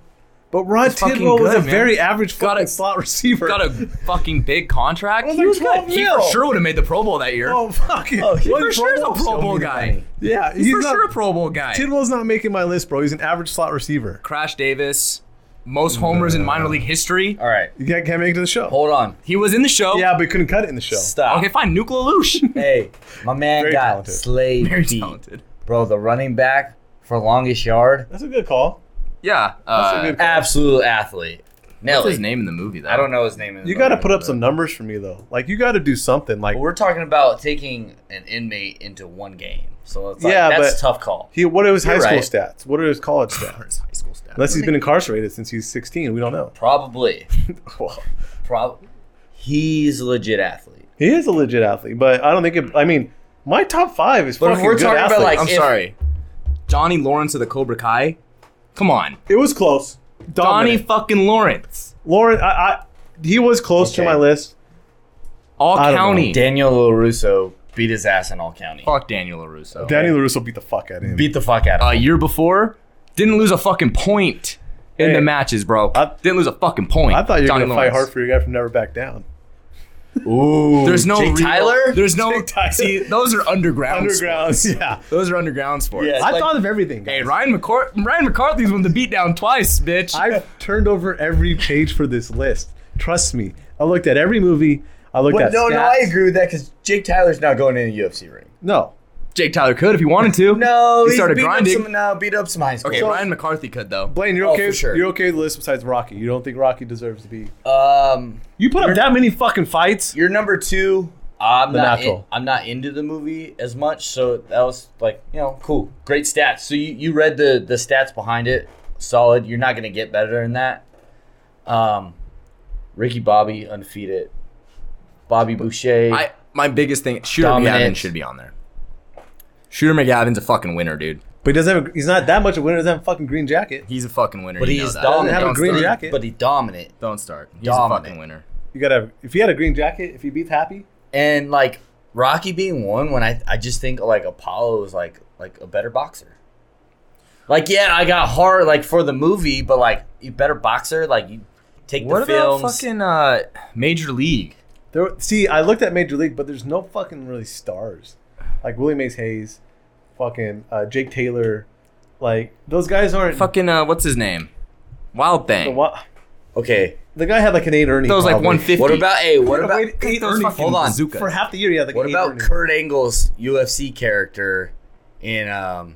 S3: But Ron
S2: fucking
S3: Tidwell was a
S2: good, man.
S3: very average
S2: Got a-
S3: fucking slot receiver.
S2: Got a fucking big contract.
S3: was
S2: he
S3: like
S2: was good.
S3: 12
S2: He
S3: mil.
S2: for sure would have made the Pro Bowl that year.
S3: oh fuck it.
S2: he
S3: Well,
S2: for sure is a
S3: Bowl-
S2: Pro
S5: Show
S2: Bowl
S5: me the
S2: guy.
S5: money.
S3: Yeah,
S2: He's
S3: he's
S2: for
S3: not,
S2: sure a Pro Bowl guy.
S3: Tidwell's not making my list, bro. He's an average slot receiver.
S2: Crash Davis, most homers in minor league history.
S5: All right,
S3: You can't, can't make it to the show.
S5: hold on.
S2: He was in the show.
S3: Yeah, but he couldn't cut it in the show.
S5: Stop.
S2: Okay, fine. Nuke LaLoosh.
S5: Hey, my man
S3: Very
S5: got
S3: talented.
S5: slayed.
S2: Very
S5: deep.
S2: talented.
S5: Bro, the running back for longest yard,
S3: That's a good call.
S2: Yeah.
S3: That's
S2: Uh,
S3: a good call.
S5: absolute athlete.
S2: what's
S5: Nelly.
S2: his name in the movie though?
S5: I don't know his name. in the
S3: You got to
S5: moment,
S3: put up
S5: but-
S3: some numbers for me though. Like you got to do something. Like
S5: But We're talking about taking an inmate into one game, so it's like,
S3: Yeah,
S5: that's
S3: but-
S5: a tough call.
S3: he, what are his high
S5: You're
S3: school
S5: right.
S3: stats? What are his college stats?
S2: High school stats.
S3: Unless he's been incarcerated since he's 16, we don't know.
S5: Probably,
S3: Well,
S5: probably, he's a legit athlete.
S3: he is a legit athlete, but I don't think. It, I mean, my top five is
S5: But if
S3: fucking
S5: we're
S3: good
S5: talking about,
S3: athletes.
S5: like,
S2: I'm
S5: if-
S2: sorry. Johnny Lawrence of the Cobra Kai. Come on,
S3: it was close.
S2: Donnie
S3: Dominant.
S2: fucking Lawrence.
S3: Lauren, I, I he was close to
S5: Okay.
S3: my list.
S2: All
S3: I don't
S2: county.
S5: Daniel Larusso beat his ass in all county.
S2: Fuck Daniel Larusso.
S3: Danny Larusso beat the fuck out of him.
S5: Beat the fuck out of
S2: a
S5: him.
S2: Uh, year before, didn't lose a fucking point in
S3: Hey,
S2: the matches, bro.
S3: I-
S2: didn't lose a fucking point.
S3: I thought you were
S2: Johnny
S3: gonna
S2: Lawrence.
S3: fight hard for your guy from Never Back Down.
S5: Ooh,
S2: Uh, There's no
S5: Jake
S2: real-
S5: Tyler.
S2: There's no
S3: Jake Tyler.
S2: see. Those are underground.
S3: Underground,
S2: sports.
S3: yeah.
S2: Those are underground sports.
S5: Yeah. It's
S3: I
S5: like-
S3: thought of everything. guys.
S2: Hey, Ryan McCour- Ryan McCarthy's won the beatdown twice, bitch.
S3: I've turned over every page for this list. Trust me, I looked at every movie. I looked
S5: But
S3: at
S5: no, no, I
S3: stats.
S5: agree with that because Jake Tyler's not going in the UFC ring.
S3: No,
S2: Jake Tyler could if he wanted to.
S5: No,
S2: he
S5: he's
S2: started
S5: beat
S2: grinding.
S5: Up some, no, beat up some high school.
S2: okay, Ryan McCarthy could though.
S3: Blaine, you're
S5: Oh,
S3: okay.
S5: for sure.
S3: You're okay with the list besides Rocky. You don't think Rocky deserves to be?
S5: Um,
S3: You put up that many fucking fights.
S5: you're number two. I'm
S3: The
S5: not.
S3: natural.
S5: in- I'm not into the movie as much, so that was like, you know, cool, great stats. So you, you read the the stats behind it, solid. You're not gonna get better than that. Um, Ricky Bobby undefeated. Bobby Boucher.
S2: I my biggest thing Shooter
S5: Dominant.
S2: McGavin should be on there. Shooter McGavin's a fucking winner, dude.
S3: But he doesn't. Have, he's not that much of a winner. He Doesn't have a fucking green jacket.
S2: He's a fucking winner.
S5: but
S2: you know
S5: he's
S2: that.
S5: dominant.
S3: have a
S2: Don't
S3: green
S2: start.
S3: jacket.
S5: But he dominant.
S2: Don't start. He's a
S5: Dominant.
S2: fucking winner.
S3: You gotta. have- If he had a green jacket, if he beat Happy,
S5: And like Rocky being one, when I I just think like Apollo is like like a better boxer. Like yeah, I got hard like for the movie, but like you better boxer. Like you take
S2: What
S5: the
S2: about
S5: films.
S2: fucking uh, Major League?
S3: there. See, I looked at Major League, but there's no fucking really stars. Like Willie Mays Hayes, fucking uh, Jake Taylor, like those guys aren't.
S2: Fucking uh, what's his name? Wild
S3: The,
S2: Thing.
S3: wa-
S5: okay,
S3: the guy had like an eight earning.
S2: Those like
S3: probably.
S2: 150.
S5: what about hey? What about
S3: Wait, eight
S2: Those
S3: earning
S2: fucking
S5: hold on.
S2: bazookas.
S3: for half the year? Yeah, like
S5: what
S3: eight
S5: about
S3: earning.
S5: Kurt Angle's UFC character in um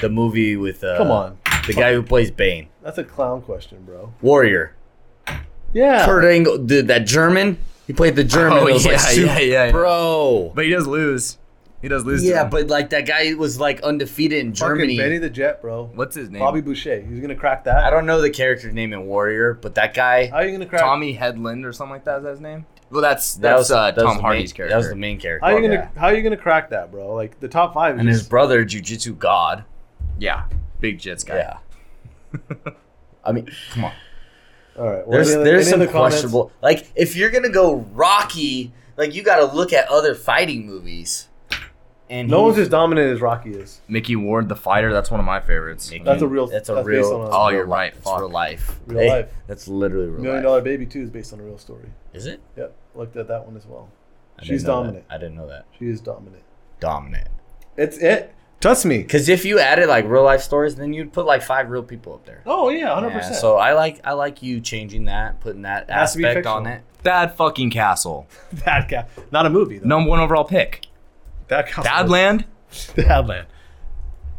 S5: the movie with uh,
S3: Come on,
S5: the guy who plays Bane
S3: that's a clown question, bro.
S5: Warrior
S3: Yeah,
S5: Kurt Angle dude, that German he played the German
S2: Oh,
S5: that was, like,
S2: yeah,
S5: super-
S2: yeah, yeah, yeah.
S5: bro
S2: But he does lose. He does lose. to
S5: yeah
S2: him.
S5: but like that guy was like undefeated in
S3: fucking
S5: Germany
S3: Benny the Jet, bro.
S2: what's his name?
S3: Bobby Boucher? He's gonna crack that.
S5: I don't know the character name in Warrior, but that guy.
S3: How are you gonna crack?
S2: Tommy Headland or something like that. Is that his name? Well, that's
S5: that
S2: that's
S5: was,
S2: uh,
S5: that was
S2: Tom
S5: the
S2: Hardy's
S5: main,
S2: character.
S5: That was the main character.
S3: How are you
S5: Yeah.
S3: gonna How are you gonna crack that, bro? Like the top five. Is
S5: And his
S3: just,
S5: brother, Jujitsu God.
S2: yeah, big Jets guy.
S5: Yeah. I mean, come on.
S3: all right. well,
S5: There's
S3: any other-
S5: there's
S3: any
S5: some
S3: other comments?
S5: questionable. Like, if you're gonna go Rocky, like you got to look at other fighting movies. And
S3: No
S5: he-
S3: one's as dominant as Rocky is.
S2: Mickey Ward, the fighter. That's one of my favorites.
S3: That's a real.
S5: That's a
S3: that's
S5: real.
S3: Based on a
S2: Oh, you're
S5: real li-
S2: right.
S5: It's
S2: Fuck.
S5: real life.
S3: Real life.
S5: That's literally real
S3: Million
S5: life.
S3: Dollar Baby too is based on a real story.
S5: Is it?
S3: Yep. Looked at that one as well.
S5: I didn't
S3: She's
S5: know that.
S3: dominant.
S5: I didn't know that.
S3: She is dominant.
S5: Dominant.
S3: It's it. Trust me.
S5: Because if you added like real life stories, then you'd put like five real people up there.
S3: Oh yeah, hundred
S5: Yeah,
S3: percent.
S5: so I like I like you changing that, putting that
S3: Has to be
S5: aspect on
S3: fictional.
S5: it.
S2: Thad fucking Castle,
S3: that guy. Not a movie though.
S2: number one overall pick.
S3: That guy.
S2: Dadland.
S3: Badland.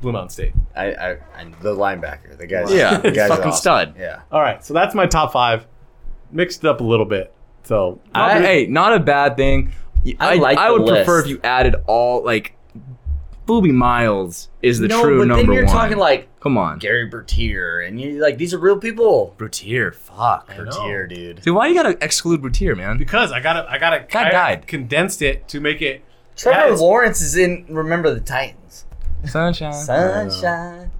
S3: Blue Mountain State.
S5: I, I, I the linebacker, the guys,
S2: Yeah,
S5: the guys are
S2: fucking
S5: awesome.
S2: stud.
S5: Yeah,
S3: All right. So that's my top five. Mixed it up a little bit. So
S2: I, hey, not a bad thing.
S5: I like
S2: I
S5: the
S2: would prefer
S5: list.
S2: if you added all like. Booby Miles is the
S5: no,
S2: true
S5: but
S2: number
S5: then you're
S2: one.
S5: talking like
S2: Come on,
S5: Gary Bertier, and you like these are real people.
S2: Brutier. Fuck.
S5: Bertier, dude.
S2: Dude, why you gotta exclude Brutier, man?
S3: because I gotta I gotta
S2: Guy
S3: I
S2: died.
S3: condensed it to make it
S5: Trevor
S3: Guys.
S5: Lawrence is in Remember the Titans.
S2: Sunshine.
S5: Sunshine.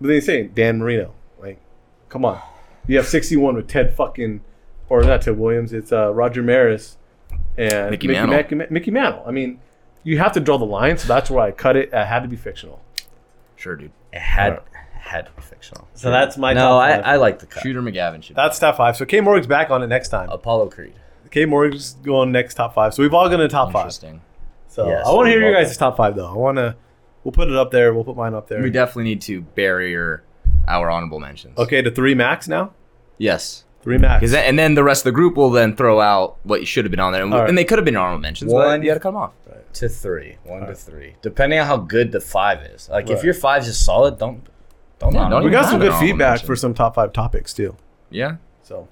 S3: But they say Dan Marino. Like, come on. You have 61 with Ted fucking, or not Ted Williams. It's uh, Roger Maris and
S2: Mickey Mantle.
S3: Mac- Mickey, Mantle. I mean, you have to draw the line, so that's why I cut it. It had to be fictional.
S2: Sure, dude.
S5: It had
S3: Alright.
S5: had to be fictional.
S3: So that's my
S5: No,
S3: top
S5: I,
S3: five.
S5: I like the cut.
S2: Shooter McGavin should.
S3: that's top five. So K Morg's back on it next time.
S5: Apollo Creed.
S3: K Morg's going next top five. So we've all gone to top five.
S2: interesting.
S3: So
S5: Yes,
S3: I want to hear
S5: we
S3: your
S5: love
S3: guys' top five though. I want to. We'll put it up there. We'll put mine up there.
S2: We definitely need to barrier our honorable mentions.
S3: okay, to three max now.
S2: Yes.
S3: Three max.
S2: 'Cause then- and then the rest of the group will then throw out what should have been on there, and,
S3: All right.
S2: and they could have been honorable mentions. but
S5: One.
S2: you had to cut them off.
S5: to three, one to three, depending on how good the five is. Like if
S3: Right.
S5: your five is solid, don't don't.
S2: Yeah,
S5: not
S2: don't
S3: we got
S2: I
S3: some
S2: don't
S3: good
S2: know,
S3: feedback
S2: mention.
S3: for some top five topics too.
S2: Yeah.
S3: So,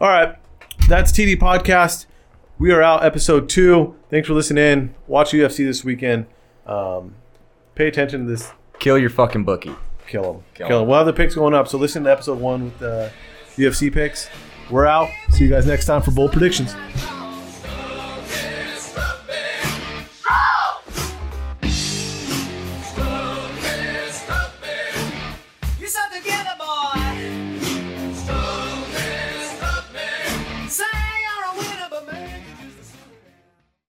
S3: all right, that's TD podcast. We are out episode two. Thanks for listening. in. Watch UFC this weekend. Um, pay attention to this.
S2: Kill your fucking bookie.
S3: Kill him.
S2: Kill
S3: Kill,
S2: 'em.
S3: him. We'll have the picks going up. So listen to episode one with the UFC picks. We're out. See you guys next time for bold predictions.
S4: Thank